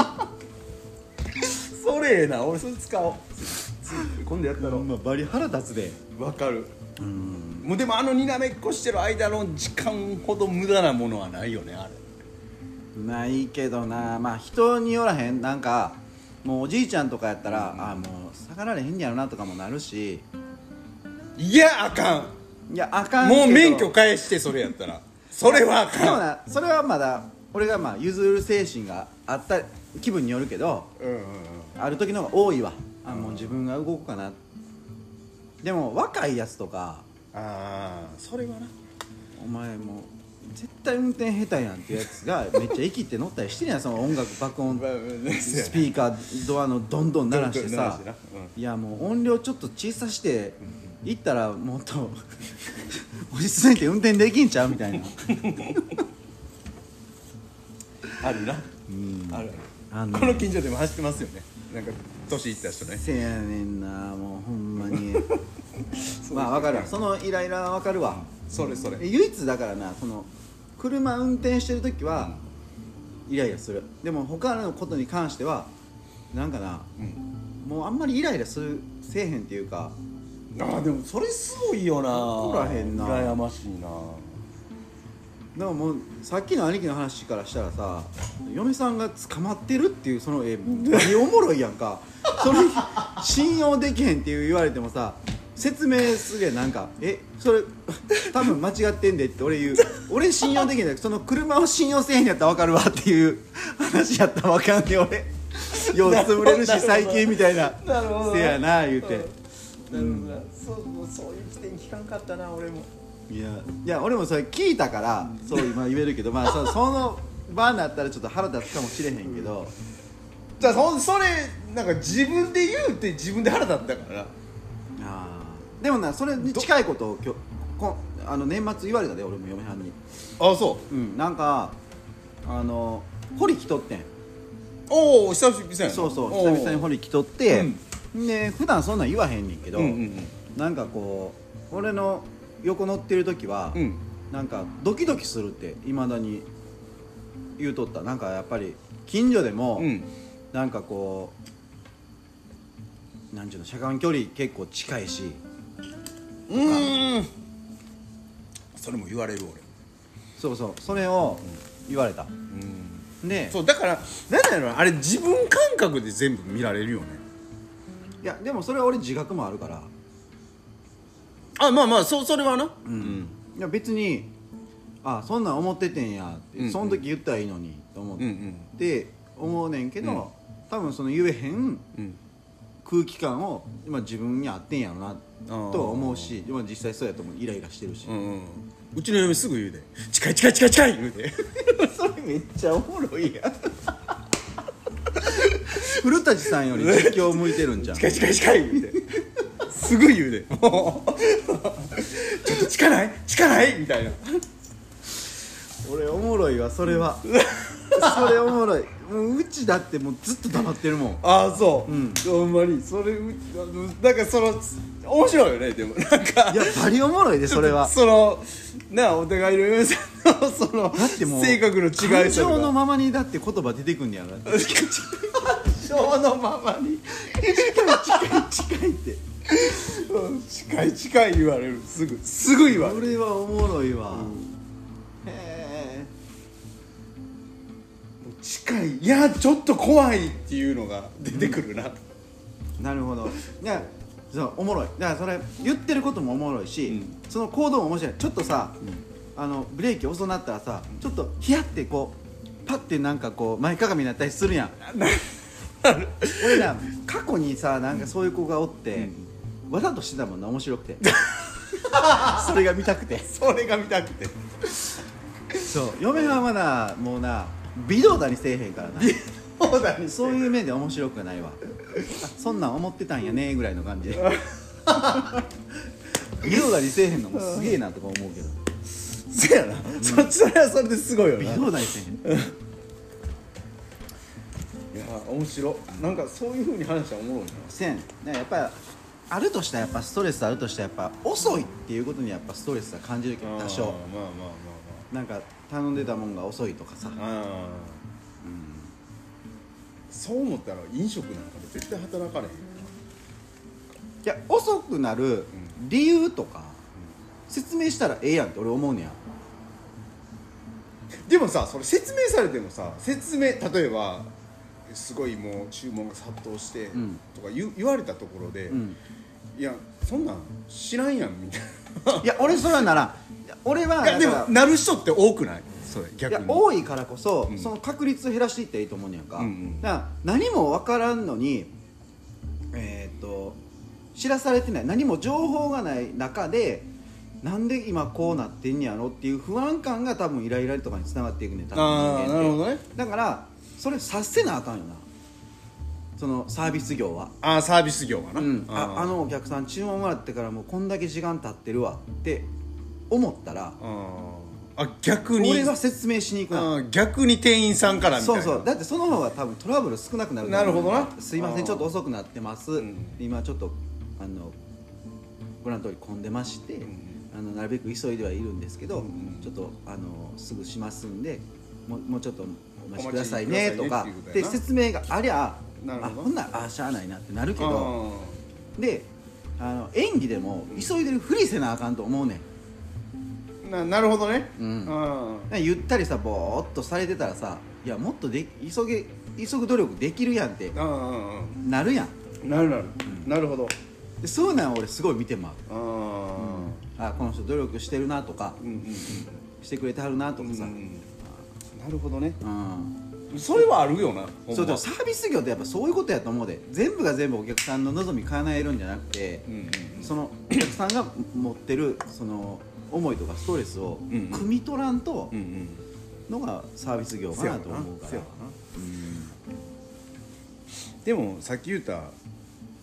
[SPEAKER 2] それええな俺それ使おう今度やった
[SPEAKER 1] ほ
[SPEAKER 2] ろ
[SPEAKER 1] んまバリ腹立つで
[SPEAKER 2] わかるもうでもあのにらめっこしてる間の時間ほど無駄なものはないよねあれ
[SPEAKER 1] ないけどなまあ人によらへんなんかもうおじいちゃんとかやったら、ああもう下がられへんやろなとかもなるし
[SPEAKER 2] いやあか
[SPEAKER 1] いやあか
[SPEAKER 2] ん
[SPEAKER 1] んけど
[SPEAKER 2] もう免許返してそれやったらそれはあ
[SPEAKER 1] でも
[SPEAKER 2] かん
[SPEAKER 1] なそれはまだ俺がまあ譲る精神があった気分によるけど
[SPEAKER 2] うんうんうん
[SPEAKER 1] ある時の方が多いわあもう自分が動くかなでも若いやつとか
[SPEAKER 2] ああそれはな
[SPEAKER 1] お前もう絶対運転下手やんってやつがめっちゃ息って乗ったりしてる やんその音楽爆音スピーカードアのどんどん鳴らして
[SPEAKER 2] どんどん鳴らし
[SPEAKER 1] さ
[SPEAKER 2] てなう
[SPEAKER 1] いやもう音量ちょっと小さして行ったらもっと落ち着いて運転できんちゃうみ たいな
[SPEAKER 2] あるなある
[SPEAKER 1] あんねん
[SPEAKER 2] この近所でも走ってますよねなんか年いった人ね
[SPEAKER 1] せやねんなもうほんま にまあわかるわそのイライラはわかるわ
[SPEAKER 2] それそれ
[SPEAKER 1] 唯一だからなその車運転してる時はイライラするでも他のことに関してはなんかな
[SPEAKER 2] うん
[SPEAKER 1] もうあんまりイライラするせえへんっていうか
[SPEAKER 2] あーでもそれすごいよな
[SPEAKER 1] 怒らへんな
[SPEAKER 2] 羨ましいな
[SPEAKER 1] でももうさっきの兄貴の話からしたらさ嫁さんが捕まってるっていうその絵何おもろいやんか それ信用できへんっていう言われてもさ説明すげえなんか「えそれ多分間違ってんで」って俺言う俺信用できへんだけどその車を信用せえへんやったら分かるわっていう 話やったら分かんねえ俺よう潰れるし最近みたいな
[SPEAKER 2] なるほど
[SPEAKER 1] せやな言うて。
[SPEAKER 2] なるほどなそうそういう起点聞かんかったな俺も
[SPEAKER 1] いやいや俺もそれ聞いたからそう今言えるけどまあそその場になったらちょっと腹立つかもしれへんけど
[SPEAKER 2] じゃあそそれなんか自分で言うって自分で腹立ったからな
[SPEAKER 1] あーでもなそれに近いことを今日こあの年末言われたで俺も嫁はんに
[SPEAKER 2] あそう
[SPEAKER 1] うんなんかあの堀来とってん
[SPEAKER 2] おお久々やな
[SPEAKER 1] そうそう
[SPEAKER 2] おー
[SPEAKER 1] 久々に堀来とって、で普段そんなん言わへんねんけど、
[SPEAKER 2] うんうん
[SPEAKER 1] なんかこう俺の横乗ってる時は、
[SPEAKER 2] うんうん
[SPEAKER 1] なんかドキドキするっていまだに言うとったなんかやっぱり近所でも、
[SPEAKER 2] うん
[SPEAKER 1] なんかこうなんちゅうの車間距離結構近いし
[SPEAKER 2] うーんそれも言われる俺
[SPEAKER 1] そうそうそれを言われた、で
[SPEAKER 2] そうだからなんだろうなあれ自分感覚で全部見られるよね
[SPEAKER 1] いやでもそれは俺自覚もあるから
[SPEAKER 2] あまあまあそそれはなうん
[SPEAKER 1] いや別にあそんなん思っててんやって、
[SPEAKER 2] うんうん
[SPEAKER 1] その時言ったらいいのにと思っ
[SPEAKER 2] うんうん
[SPEAKER 1] て思うねんけど、多分その言えへん
[SPEAKER 2] うん
[SPEAKER 1] 空気感を今自分に合ってんやろな
[SPEAKER 2] あー
[SPEAKER 1] とは思うし今実際そうやと思うイライラしてるし、
[SPEAKER 2] うんうんうちの嫁すぐ言うで「近い近い近い近い!」言うで
[SPEAKER 1] それめっちゃおもろいやん古舘さんより実況向いてるんじゃん
[SPEAKER 2] 近い近い近い!」言うてすぐ言うで もうちょっと近ない近ないみたいな
[SPEAKER 1] 俺おもろいわそれ はそれおもろいもううちだってもうずっと黙ってるもん
[SPEAKER 2] ああそう
[SPEAKER 1] うん
[SPEAKER 2] ほんまにそれうあのなんかその面白いよねでもなんか
[SPEAKER 1] いやバリおもろいでそれは
[SPEAKER 2] そのなあお互いの嫁さんのその
[SPEAKER 1] だってもう
[SPEAKER 2] 性格の違いとか
[SPEAKER 1] 感情のままにだって言葉出てくんねやろ
[SPEAKER 2] 感情のままに
[SPEAKER 1] 近い近いって
[SPEAKER 2] うん近い近い言われるすぐすぐ言われ
[SPEAKER 1] こ
[SPEAKER 2] る
[SPEAKER 1] れはおもろいわ、へ
[SPEAKER 2] 近いいやちょっと怖いっていうのが出てくるな、
[SPEAKER 1] えなるほどいやそうおもろいだからそれ言ってることもおもろいし、
[SPEAKER 2] うん
[SPEAKER 1] その行動も面白いちょっとさ、あのブレーキ遅なったらさちょっとヒヤってこうパッてなんかこう前かがみになったりする やん俺ら過去にさなんかそういう子がおって、わざとしてたもんな面白く てそれが見たくて
[SPEAKER 2] それが見たくて
[SPEAKER 1] そう嫁はまだもうな微動だにせえへんからな
[SPEAKER 2] そうだね
[SPEAKER 1] そういう面で面白くないわあそんなん思ってたんやねぐらいの 感じで微動だにせえへんのもすげえなとか思うけど
[SPEAKER 2] そやな、そそれはそれですごいよ
[SPEAKER 1] 微
[SPEAKER 2] な
[SPEAKER 1] 動だにせえへん
[SPEAKER 2] いや面白なんかそういうふうに話したらおもろいな
[SPEAKER 1] せんねやっぱあるとしたらやっぱストレスあるとしたらやっぱ遅いっていうことにやっぱストレスは感じるけど多
[SPEAKER 2] あー
[SPEAKER 1] 少
[SPEAKER 2] まあまあ
[SPEAKER 1] なんか頼んでたもんが遅いとかさ
[SPEAKER 2] まあまああーそう思ったら飲食なんかで絶対働かれへ
[SPEAKER 1] い
[SPEAKER 2] ん
[SPEAKER 1] や遅くなる理由とか説明したらええやんって俺思うねや
[SPEAKER 2] でもさそれ説明されてもさ説明例えばすごいもう注文が殺到して
[SPEAKER 1] ん
[SPEAKER 2] とか言,、言われたところで、
[SPEAKER 1] うん
[SPEAKER 2] いやそんなん知らんやんみたい
[SPEAKER 1] いや俺それはならんいや俺は
[SPEAKER 2] ないやで
[SPEAKER 1] だ
[SPEAKER 2] も
[SPEAKER 1] から
[SPEAKER 2] なる人って多くないそれ
[SPEAKER 1] い
[SPEAKER 2] 逆
[SPEAKER 1] や
[SPEAKER 2] に
[SPEAKER 1] 多いからこそ、
[SPEAKER 2] ん
[SPEAKER 1] その確率を減らしていったらいいと思うねやんか,、
[SPEAKER 2] うんうん
[SPEAKER 1] だから何も分からんのにえーっと知らされてない何も情報がない中でなんで今こうなってんやろっていう不安感が多分イライラとかにつながっていくね多分
[SPEAKER 2] あ
[SPEAKER 1] 人間っ
[SPEAKER 2] ー
[SPEAKER 1] て
[SPEAKER 2] なるほどね
[SPEAKER 1] だからそれ察せなあかんよなそのサービス業は
[SPEAKER 2] あーサービス業かな、
[SPEAKER 1] うん、あ
[SPEAKER 2] ー
[SPEAKER 1] あのお客さん注文もらってからもうこんだけ時間経ってるわって思ったら
[SPEAKER 2] あーあ逆に
[SPEAKER 1] 俺が説明しに行くな
[SPEAKER 2] あー逆に店員さんからみたい
[SPEAKER 1] そう
[SPEAKER 2] な
[SPEAKER 1] そうだってその方が多分トラブル少なくなる
[SPEAKER 2] なるほどな
[SPEAKER 1] すいませ
[SPEAKER 2] あ
[SPEAKER 1] ん
[SPEAKER 2] ー
[SPEAKER 1] ちょっと遅くなってます、
[SPEAKER 2] ん
[SPEAKER 1] 今ちょっとあのご覧の通り混んでまして、
[SPEAKER 2] ん
[SPEAKER 1] あのなるべく急いではいるんですけど、
[SPEAKER 2] うん
[SPEAKER 1] ちょっとあのすぐしますんでもうもうちょっとお待ち
[SPEAKER 2] お待ち
[SPEAKER 1] くださいね
[SPEAKER 2] く
[SPEAKER 1] と
[SPEAKER 2] ださ
[SPEAKER 1] か
[SPEAKER 2] いねっていうことやな
[SPEAKER 1] で説明がありゃ
[SPEAKER 2] なる
[SPEAKER 1] あ
[SPEAKER 2] ほど
[SPEAKER 1] ほんならあーしゃあないなってなるけ
[SPEAKER 2] あ
[SPEAKER 1] ど
[SPEAKER 2] ー
[SPEAKER 1] であの演技でも急いでるふりせなあかんと思うねん
[SPEAKER 2] ななるほどね、
[SPEAKER 1] うんな
[SPEAKER 2] あー
[SPEAKER 1] んかゆったりさぼーっとされてたらさいやもっとで急げ急ぐ努力できるやんって
[SPEAKER 2] あー
[SPEAKER 1] なるやん
[SPEAKER 2] なるなる、なるほど
[SPEAKER 1] でそうなん俺すごい見てまう、
[SPEAKER 2] あー
[SPEAKER 1] あこの人努力してるなとか
[SPEAKER 2] うんうん
[SPEAKER 1] してくれてはるなと
[SPEAKER 2] うん
[SPEAKER 1] かさ、
[SPEAKER 2] う
[SPEAKER 1] うん
[SPEAKER 2] んなるほどね
[SPEAKER 1] うん
[SPEAKER 2] それはあるよなほんま
[SPEAKER 1] そうでもサービス業ってやっぱそういうことやと思うで全部が全部お客さんの望み叶えるんじゃなくて、
[SPEAKER 2] うんうん
[SPEAKER 1] そのお客さんが持ってるその思いとかストレスを
[SPEAKER 2] うん
[SPEAKER 1] 汲み取らんと
[SPEAKER 2] うんうん
[SPEAKER 1] のがサービス業か
[SPEAKER 2] せや
[SPEAKER 1] な
[SPEAKER 2] わ
[SPEAKER 1] と思うか
[SPEAKER 2] せ
[SPEAKER 1] ら
[SPEAKER 2] やわなでもさっき言った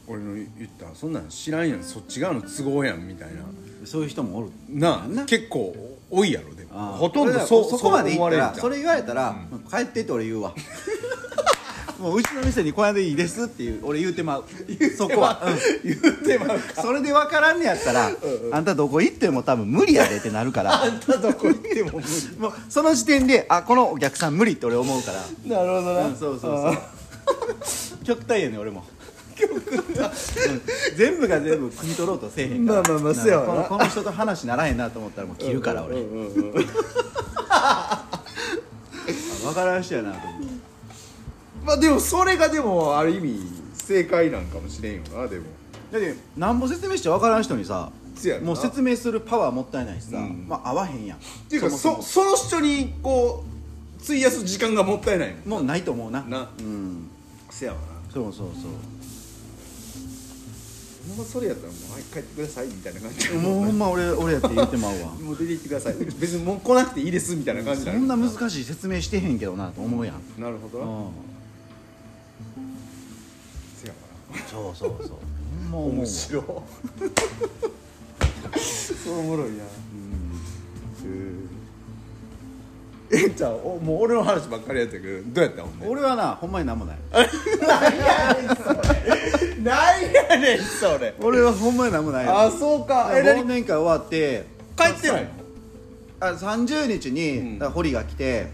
[SPEAKER 2] 俺の言ったそんなん知らんやんそっち側の都合やんみたいな、
[SPEAKER 1] そういう人もおる
[SPEAKER 2] なあ
[SPEAKER 1] な
[SPEAKER 2] 結構多いやろで
[SPEAKER 1] あ
[SPEAKER 2] も
[SPEAKER 1] あ
[SPEAKER 2] ほとんど
[SPEAKER 1] 俺ら
[SPEAKER 2] そう
[SPEAKER 1] そこまで
[SPEAKER 2] そう
[SPEAKER 1] 言った
[SPEAKER 2] 思われる
[SPEAKER 1] ら
[SPEAKER 2] じゃん
[SPEAKER 1] それ言われたら「帰って」って俺言うわ もううちの店にこのでいいですっていう俺言うて まうそこは、うん
[SPEAKER 2] 言ってまう
[SPEAKER 1] それで分からんねやったらあんたどこ行っても多分無理やでってなるから
[SPEAKER 2] あんたどこ行っても無
[SPEAKER 1] もうその時点であこのお客さん無理って俺思うから
[SPEAKER 2] 理なるほどな、
[SPEAKER 1] うんそうそうそう極端やね俺もうん全部が全部汲み取ろうとせえへんから
[SPEAKER 2] まあまあまあそうやわな
[SPEAKER 1] なんかこのこの人と話ならへんなと思ったらもう切るから俺
[SPEAKER 2] うんうんうんうん
[SPEAKER 1] 分からん人やなと思って
[SPEAKER 2] まあでもそれがでもある意味正解なんかもしれんよなでも
[SPEAKER 1] だってなんぼ説明して分からん人にさ
[SPEAKER 2] せやな
[SPEAKER 1] もう説明するパワーもったいないしさ、
[SPEAKER 2] うん
[SPEAKER 1] まあ合わへんやん
[SPEAKER 2] っていうかそ
[SPEAKER 1] そもそ
[SPEAKER 2] その人にこう費やす時間がもったいないもん
[SPEAKER 1] ももうないと思うな
[SPEAKER 2] な
[SPEAKER 1] うん
[SPEAKER 2] せやわな
[SPEAKER 1] そうそう
[SPEAKER 2] ほんまそれやったらもう「はい帰ってください」みたいな感じ
[SPEAKER 1] そうもうほんま俺俺やって言ってまうわ
[SPEAKER 2] もう出て行ってください別にもう来なくていいですみたい な感じに
[SPEAKER 1] そ
[SPEAKER 2] なる
[SPEAKER 1] んな難しい説明してへんけどなと思うやん、
[SPEAKER 2] なるほど
[SPEAKER 1] う、
[SPEAKER 2] なんせやわな
[SPEAKER 1] そうそうそうほんま思う
[SPEAKER 2] 面
[SPEAKER 1] わ
[SPEAKER 2] 白いそうおもろいなうんえじゃあおもう俺の話ばっかりやったけどどうやったほんで
[SPEAKER 1] 俺はなほんまになんもない
[SPEAKER 2] なんやねんそれ
[SPEAKER 1] 俺はほんまになんもない
[SPEAKER 2] あそうかえ
[SPEAKER 1] 忘
[SPEAKER 2] 何
[SPEAKER 1] 年会終わって
[SPEAKER 2] 帰ってないの
[SPEAKER 1] あ30日に、
[SPEAKER 2] うん
[SPEAKER 1] だから堀が来て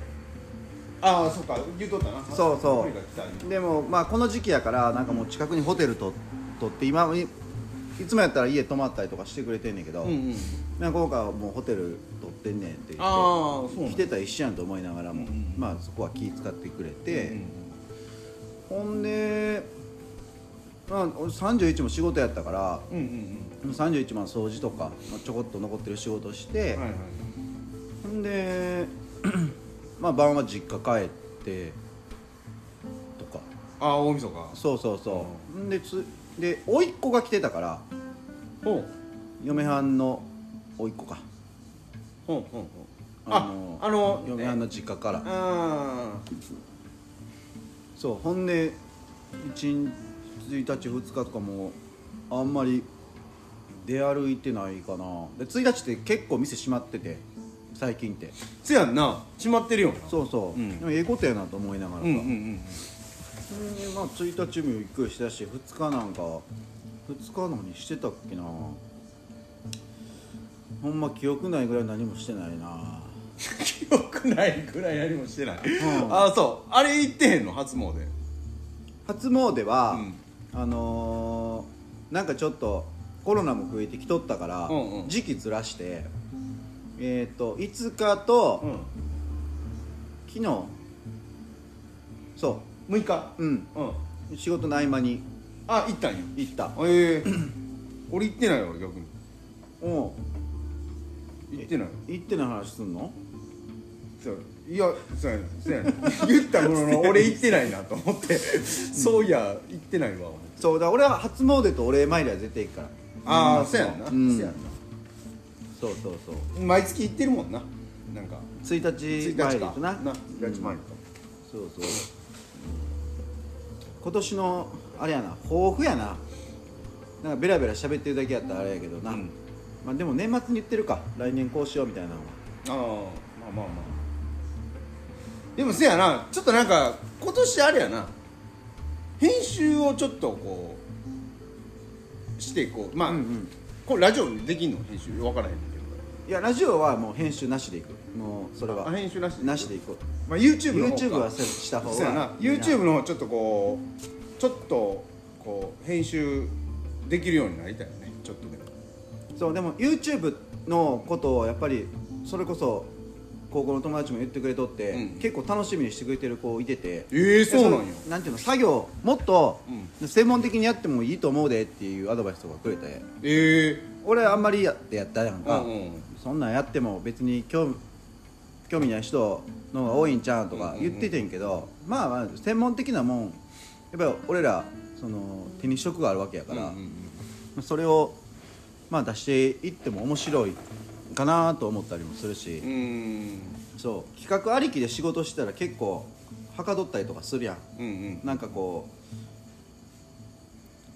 [SPEAKER 2] ああそうか言うとったな
[SPEAKER 1] そうそ
[SPEAKER 2] 声が来た今
[SPEAKER 1] うでもまあこの時期やからなんかもう近くにホテルと取って今いいつもやったら家泊まったりとかしてくれてんねんけど、
[SPEAKER 2] うんうん
[SPEAKER 1] なんか今回はもうホテル取ってんねんって言って
[SPEAKER 2] あーそうなん
[SPEAKER 1] 来てたら一緒やんと思いながらも、
[SPEAKER 2] うんうん
[SPEAKER 1] まあそこは気使ってくれて、ほんで、まあ、俺31も仕事やったから
[SPEAKER 2] うんうん
[SPEAKER 1] 31も掃除とか、まあ、ちょこっと残ってる仕事して、
[SPEAKER 2] うんはいはい
[SPEAKER 1] ほんで まあ晩は実家帰ってとか
[SPEAKER 2] ああ大晦日
[SPEAKER 1] そうそうそう、ん、でつで甥っ子が来てたから
[SPEAKER 2] ほう
[SPEAKER 1] 嫁はんの甥っ子か
[SPEAKER 2] ほうほうほう
[SPEAKER 1] あの
[SPEAKER 2] ああの
[SPEAKER 1] 嫁はんの実家から
[SPEAKER 2] あ
[SPEAKER 1] そうほんで1日1日2日とかもあんまり出歩いてないかなで1日って結構店閉まってて最近って
[SPEAKER 2] ーせやんな閉まってるよな
[SPEAKER 1] そうそう、
[SPEAKER 2] うん
[SPEAKER 1] でもええことやなと思いながらさ、
[SPEAKER 2] うんうんうん
[SPEAKER 1] うんまあ1日もゆっくりしてたし2日なんか2日何してたっけなほんま記憶ないぐらい何もしてないな
[SPEAKER 2] 記憶ないぐらい何もしてない、
[SPEAKER 1] うん
[SPEAKER 2] ああそうあれ行ってへんの初詣
[SPEAKER 1] 初詣は、
[SPEAKER 2] うん
[SPEAKER 1] あのーなんかちょっとコロナも増えてきとったから、
[SPEAKER 2] うんうん
[SPEAKER 1] 時期ずらしてえっ、と5日と、
[SPEAKER 2] う
[SPEAKER 1] 昨日そ
[SPEAKER 2] ん6日
[SPEAKER 1] ううん
[SPEAKER 2] うん
[SPEAKER 1] 仕事の合間に
[SPEAKER 2] あ行ったんや
[SPEAKER 1] 行った
[SPEAKER 2] ええ 俺行ってないわ逆に
[SPEAKER 1] うん
[SPEAKER 2] 行ってないわ
[SPEAKER 1] 行ってない話すんの
[SPEAKER 2] そういやそうやねんそうやねん言ったものの俺行ってないなと思ってそういや行ってないわ
[SPEAKER 1] そうだから俺は初詣とお礼参りは絶対行くから
[SPEAKER 2] ああそうやんな、
[SPEAKER 1] うん
[SPEAKER 2] そうやんな
[SPEAKER 1] そうそうそう
[SPEAKER 2] 毎月行ってるもんななんか
[SPEAKER 1] 1日
[SPEAKER 2] 1
[SPEAKER 1] 参
[SPEAKER 2] 日
[SPEAKER 1] り
[SPEAKER 2] か
[SPEAKER 1] とな
[SPEAKER 2] な1日前
[SPEAKER 1] うん
[SPEAKER 2] と
[SPEAKER 1] そうそう今年のあれやな抱負やななんかベラベラ喋ってるだけやったらあれやけどな、
[SPEAKER 2] うん
[SPEAKER 1] まあ、でも年末に言ってるか来年こうしようみたいなのは
[SPEAKER 2] ああまあまあまあでもせやなちょっとなんか今年あれやな編集をちょっとこうしていこうまあ、
[SPEAKER 1] うんうん
[SPEAKER 2] これラジオできんの編集分からへんねんけ
[SPEAKER 1] いやラジオはもう編集なしでいくもうそれ
[SPEAKER 2] ど
[SPEAKER 1] は
[SPEAKER 2] あ編集なしで
[SPEAKER 1] なしでいこう
[SPEAKER 2] まあ、YouTube の方
[SPEAKER 1] YouTube は
[SPEAKER 2] か
[SPEAKER 1] せした方
[SPEAKER 2] そうやな
[SPEAKER 1] が
[SPEAKER 2] YouTube の方ちょっとこうちょっとこう編集できるようになりたいよねちょっとでも
[SPEAKER 1] そうでも YouTube のことをやっぱりそれこそ高校の友達も言ってくれとって、
[SPEAKER 2] うん
[SPEAKER 1] 結構楽しみにしてくれてる子いてて
[SPEAKER 2] ええそうなんや
[SPEAKER 1] のなんていうの作業もっと
[SPEAKER 2] う
[SPEAKER 1] 専門的にやってもいいと思うでっていうアドバイスとかくれて
[SPEAKER 2] ええ
[SPEAKER 1] 俺あんまりやってやったやんか、
[SPEAKER 2] うんうん
[SPEAKER 1] そんなんやっても別に興味興味ない人の方が多いんちゃうんとか言っててんけど、まあまあ専門的なもんやっぱり俺らその手に職があるわけやから、
[SPEAKER 2] うんうんうん
[SPEAKER 1] それをまあ出していっても面白いかなと思ったりもするし
[SPEAKER 2] う、ーん
[SPEAKER 1] そう企画ありきで仕事してたら結構はかどったりとかするやん
[SPEAKER 2] うんうん
[SPEAKER 1] なんかこう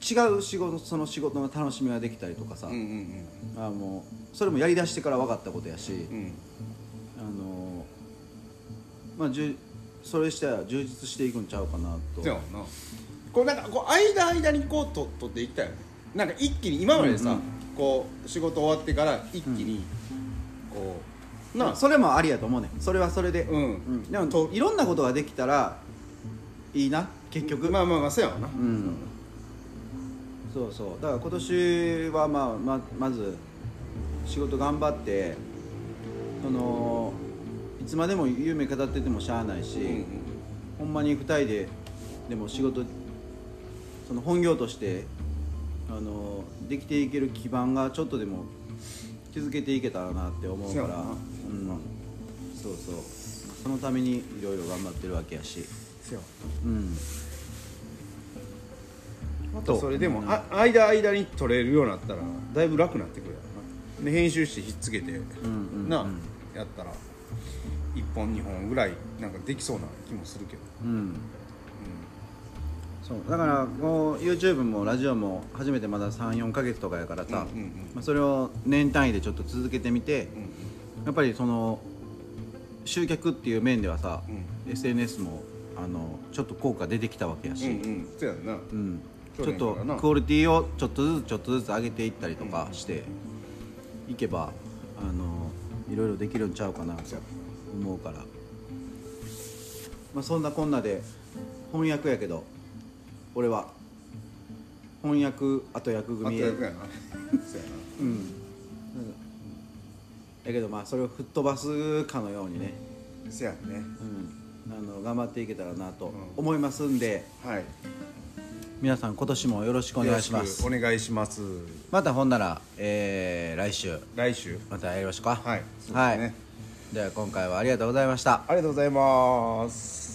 [SPEAKER 1] 違う仕事その仕事の楽しみができたりとかさ、
[SPEAKER 2] うんうん
[SPEAKER 1] あもうそれもやりだしてから分かったことやし、
[SPEAKER 2] うんうん
[SPEAKER 1] あのまあじゅそれしたら充実していくんちゃうかなと
[SPEAKER 2] そうやなこうなんかこう間間にこうと取っていきたいよねなんか一気に今までさ、
[SPEAKER 1] うんうん
[SPEAKER 2] こう仕事終わってから一気にこう、なあ
[SPEAKER 1] それもありやと思うねんそれはそれで、
[SPEAKER 2] うん
[SPEAKER 1] でもいろんなことができたらいいな結局、
[SPEAKER 2] まあまあまあそうやわな、
[SPEAKER 1] うんそうそうだから今年は、まあ、ままず仕事頑張ってそのいつまでも夢語っててもしゃあないし、
[SPEAKER 2] うんうん
[SPEAKER 1] ほんまに2人ででも仕事その本業としてあのできていける基盤がちょっとでも築けていけたらなって思うから
[SPEAKER 2] そうやな
[SPEAKER 1] うん、そうそうそのためにいろいろ頑張ってるわけやし
[SPEAKER 2] そうやわ
[SPEAKER 1] うん
[SPEAKER 2] あとそれでも、あ間間に取れるようになったらだいぶ楽になってくるやろなで編集してひっつけて、
[SPEAKER 1] んうん
[SPEAKER 2] なあやったら1本2本ぐらいなんかできそうな気もするけど、
[SPEAKER 1] うんそうだからこう YouTube もラジオも初めてまだ34ヶ月とかやからさ、
[SPEAKER 2] うんうんうん
[SPEAKER 1] まあ、それを年単位でちょっと続けてみて、
[SPEAKER 2] うん
[SPEAKER 1] やっぱりその集客っていう面ではさ、
[SPEAKER 2] う
[SPEAKER 1] SNS もあのちょっと効果出てきたわけや
[SPEAKER 2] うん
[SPEAKER 1] し、
[SPEAKER 2] うんうんそうやんな
[SPEAKER 1] うんちょ
[SPEAKER 2] 去
[SPEAKER 1] っ
[SPEAKER 2] 年
[SPEAKER 1] と
[SPEAKER 2] からな
[SPEAKER 1] クオリティをちょっとずつちょっとずつ上げていったりとかしていけば、あのいろいろできるんちゃうかなと
[SPEAKER 2] そうや
[SPEAKER 1] 思うから、まあ、そんなこんなで翻訳やけど俺は翻訳後役
[SPEAKER 2] あと
[SPEAKER 1] 組へ
[SPEAKER 2] やくやな そうやな
[SPEAKER 1] うん、だけどまあそれを吹っ飛ばすかのようにね、
[SPEAKER 2] せやんね
[SPEAKER 1] うん、あの頑張っていけたらなと
[SPEAKER 2] ん
[SPEAKER 1] 思いますんで、
[SPEAKER 2] はい
[SPEAKER 1] 皆さん今年もよろしくお願いしま
[SPEAKER 2] よ
[SPEAKER 1] す
[SPEAKER 2] ろしくお願いします
[SPEAKER 1] またほんなら、えー来週
[SPEAKER 2] 来週
[SPEAKER 1] またやりましょうか
[SPEAKER 2] はいそうですね
[SPEAKER 1] はい、では今回はありがとうございました
[SPEAKER 2] ありがとうございます